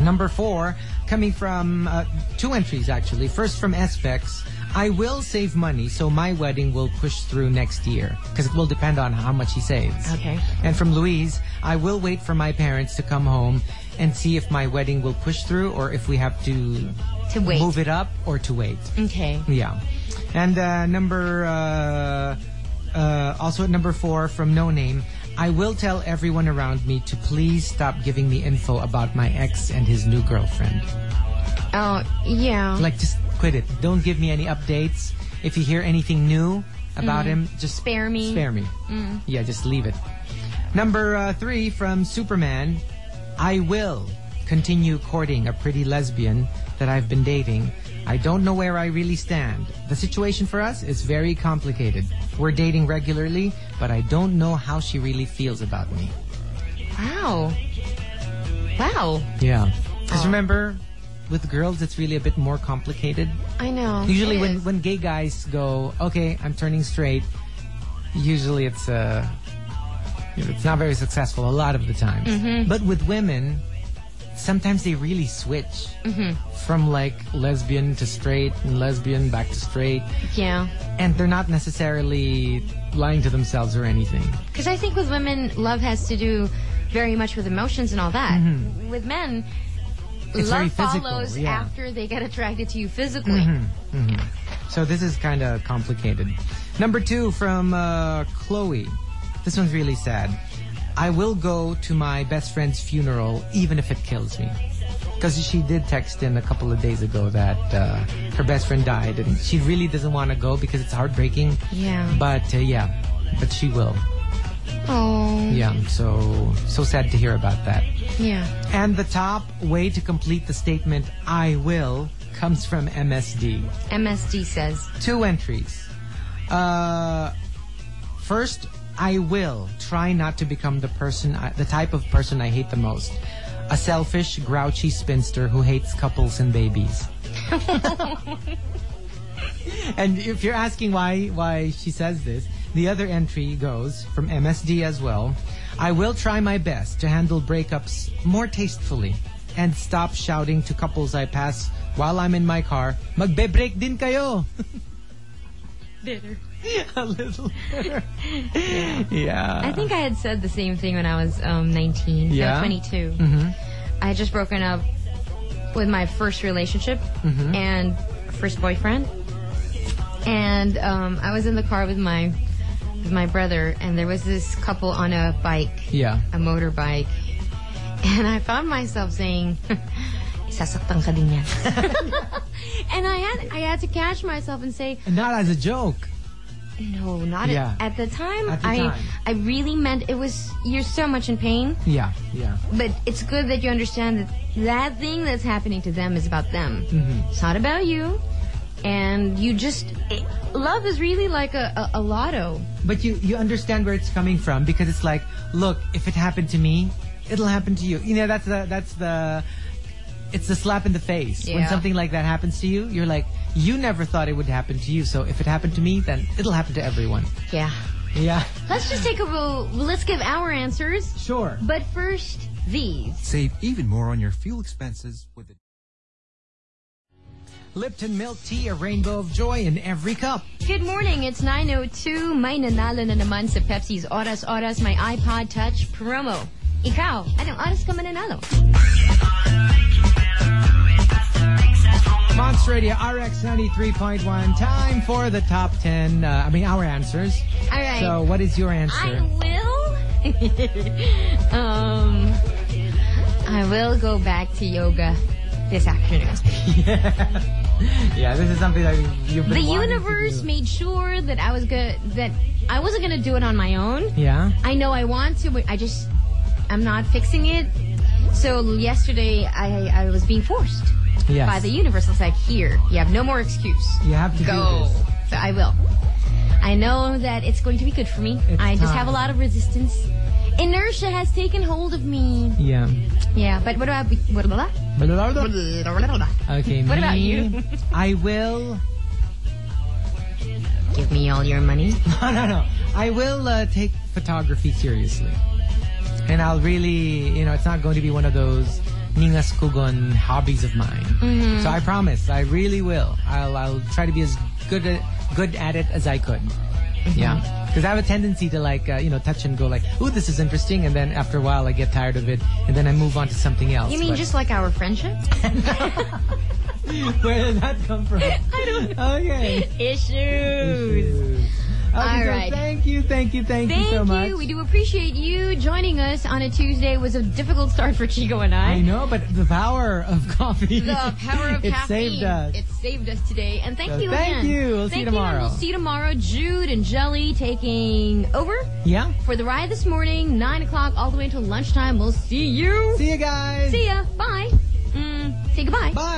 Speaker 4: Number four, coming from uh, two entries actually. First from SPEX. I will save money, so my wedding will push through next year because it will depend on how much he saves.
Speaker 2: Okay.
Speaker 4: And from Louise, I will wait for my parents to come home and see if my wedding will push through or if we have to
Speaker 2: To wait.
Speaker 4: move it up or to wait.
Speaker 2: Okay.
Speaker 4: Yeah. And uh, number, uh, uh, also at number four from No Name, I will tell everyone around me to please stop giving me info about my ex and his new girlfriend.
Speaker 2: Oh yeah.
Speaker 4: Like, just quit it. Don't give me any updates. If you hear anything new about him, just
Speaker 2: Mm. Spare me. Mm.
Speaker 4: Spare me. Yeah, just leave it. Number uh, three from Superman, I will continue courting a pretty lesbian that I've been dating. I don't know where I really stand. The situation for us is very complicated. We're dating regularly, but I don't know how she really feels about me.
Speaker 2: Wow. Wow.
Speaker 4: Yeah.
Speaker 2: Oh.
Speaker 4: Because remember, with girls, it's really a bit more complicated.
Speaker 2: I know.
Speaker 4: Usually,
Speaker 2: It
Speaker 4: when,
Speaker 2: is.
Speaker 4: when gay guys go, okay, I'm turning straight, usually it's uh, it's not very successful a lot of the times.
Speaker 2: Mm-hmm.
Speaker 4: But with women, sometimes they really switch
Speaker 2: Mm-hmm.
Speaker 4: from like lesbian to straight and lesbian back to straight,
Speaker 2: yeah.
Speaker 4: and they're not necessarily lying to themselves or anything.
Speaker 2: Because I think with women, love has to do very much with emotions and all that. With men,
Speaker 4: Mm-hmm. It's very
Speaker 2: love
Speaker 4: physical,
Speaker 2: follows
Speaker 4: yeah. Mm-hmm.
Speaker 2: after they get attracted to you physically.
Speaker 4: So this is kind of complicated. Number two from uh, Chloe. This one's really sad. I will go to my best friend's funeral even if it kills me. Because she did text in a couple of days ago that uh, her best friend died and she really doesn't want to go because it's heartbreaking.
Speaker 2: Yeah.
Speaker 4: But uh, yeah, but she will.
Speaker 2: Oh,
Speaker 4: Yeah. So so sad to hear about that.
Speaker 2: yeah.
Speaker 4: And the top way to complete the statement "I will" comes from MSD.
Speaker 2: MSD says.
Speaker 4: two entries. Uh, first, I will try not to become the person, I, the type of person I hate the most. A selfish, grouchy spinster who hates couples and babies. *laughs* and if you're asking why why she says this, the other entry goes from MSD as well. I will try my best to handle breakups more tastefully and stop shouting to couples I pass while I'm in my car, magbe-break din kayo. *laughs* A little. yeah.
Speaker 2: I think I had said the same thing when I was um, 19, no,
Speaker 4: Yeah?
Speaker 2: 22. Mm-hmm. I had just broken up with my first relationship and first boyfriend, and um, I was in the car with my with my brother, and there was this couple on a bike.
Speaker 4: Yeah.
Speaker 2: a motorbike. *laughs* And I found myself saying, *laughs* Sasaktan ka din yan." *laughs* and I had I had to catch myself and say,
Speaker 4: Not as a joke.
Speaker 2: no, not
Speaker 4: Yeah.
Speaker 2: at, at the time.
Speaker 4: At the
Speaker 2: I
Speaker 4: time.
Speaker 2: I really meant it was you're so much in pain,
Speaker 4: Yeah. Yeah.
Speaker 2: but it's good that you understand that that thing that's happening to them is about them.
Speaker 4: Mm-hmm.
Speaker 2: It's not about you. And you just it, love is really like a, a, a lotto.
Speaker 4: But you you understand where it's coming from because it's like, look, if it happened to me, it'll happen to you. You know, that's the that's the it's the slap in the face when
Speaker 2: Yeah.
Speaker 4: something like that happens to you. You're like, you never thought it would happen to you, so if it happened to me, then it'll happen to everyone.
Speaker 2: Yeah.
Speaker 4: Yeah.
Speaker 2: Let's just take a vote. Let's give our answers.
Speaker 4: Sure.
Speaker 2: But first, these.
Speaker 7: Save even more on your fuel expenses with the
Speaker 4: Lipton milk tea, a rainbow of joy in every cup.
Speaker 2: Good morning, it's 9.02. May nanalo na naman sa Pepsi's Oras Oras, my iPod Touch promo. Ikaw, anong oras ka mananalo?
Speaker 4: Monster Radio RX 93.1. Time for the top 10, uh, I mean, our answers.
Speaker 2: All right.
Speaker 4: So, what is your
Speaker 2: I
Speaker 4: answer?
Speaker 2: will. *laughs* um, I will go back to yoga this afternoon.
Speaker 4: yeah, this is something that you've been
Speaker 2: The
Speaker 4: wanting to
Speaker 2: universe
Speaker 4: do.
Speaker 2: made sure that I was good. That I wasn't gonna do it on my own.
Speaker 4: Yeah.
Speaker 2: I know I want to, but I just I'm not fixing it. So yesterday I I was being forced
Speaker 4: Yes.
Speaker 2: by the universe. It's like here you have no more excuse.
Speaker 4: You have to do
Speaker 2: go.
Speaker 4: this.
Speaker 2: So I will. I know that it's going to be good for me.
Speaker 4: It's
Speaker 2: I just
Speaker 4: time.
Speaker 2: have a lot of resistance. Inertia has taken hold of me.
Speaker 4: Yeah.
Speaker 2: Yeah, but what about what about
Speaker 4: Okay,
Speaker 2: What
Speaker 4: me,
Speaker 2: about you?
Speaker 4: I will.
Speaker 2: Give me all your money.
Speaker 4: No, no, no. I will uh, take photography seriously. And I'll really, you know, it's not going to be one of those ningas kugon hobbies of mine.
Speaker 2: Mm-hmm.
Speaker 4: So I promise, I really will. I'll, I'll try to be as good at, good at it as I could.
Speaker 2: Mm-hmm.
Speaker 4: Yeah. Because I have a tendency to like, uh, you know, touch and go like, ooh, this is interesting. And then after a while, I get tired of it. And then I move on to something else.
Speaker 2: You mean
Speaker 4: But-
Speaker 2: just like our friendship?
Speaker 4: *laughs* Where did that come
Speaker 2: *laughs*
Speaker 4: from?
Speaker 2: I don't know. *laughs*
Speaker 4: Okay.
Speaker 2: Issues.
Speaker 4: Okay, so
Speaker 2: right.
Speaker 4: Thank you, thank you, thank,
Speaker 2: Thank
Speaker 4: you so much.
Speaker 2: We do appreciate you joining us on a Tuesday. It was a difficult start for Chico and I.
Speaker 4: I know, but the power of *laughs* coffee.
Speaker 2: The power of
Speaker 4: it
Speaker 2: caffeine.
Speaker 4: saved us.
Speaker 2: It saved us today. And thank
Speaker 4: So
Speaker 2: you
Speaker 4: thank
Speaker 2: again.
Speaker 4: you. We'll see
Speaker 2: Thank
Speaker 4: you tomorrow.
Speaker 2: and we'll see you tomorrow. Jude and Jelly taking over
Speaker 4: yeah.
Speaker 2: for the ride this morning, 9 o'clock all the way until lunchtime. We'll see you.
Speaker 4: See you guys.
Speaker 2: See ya. Bye. Mm, say goodbye.
Speaker 4: Bye.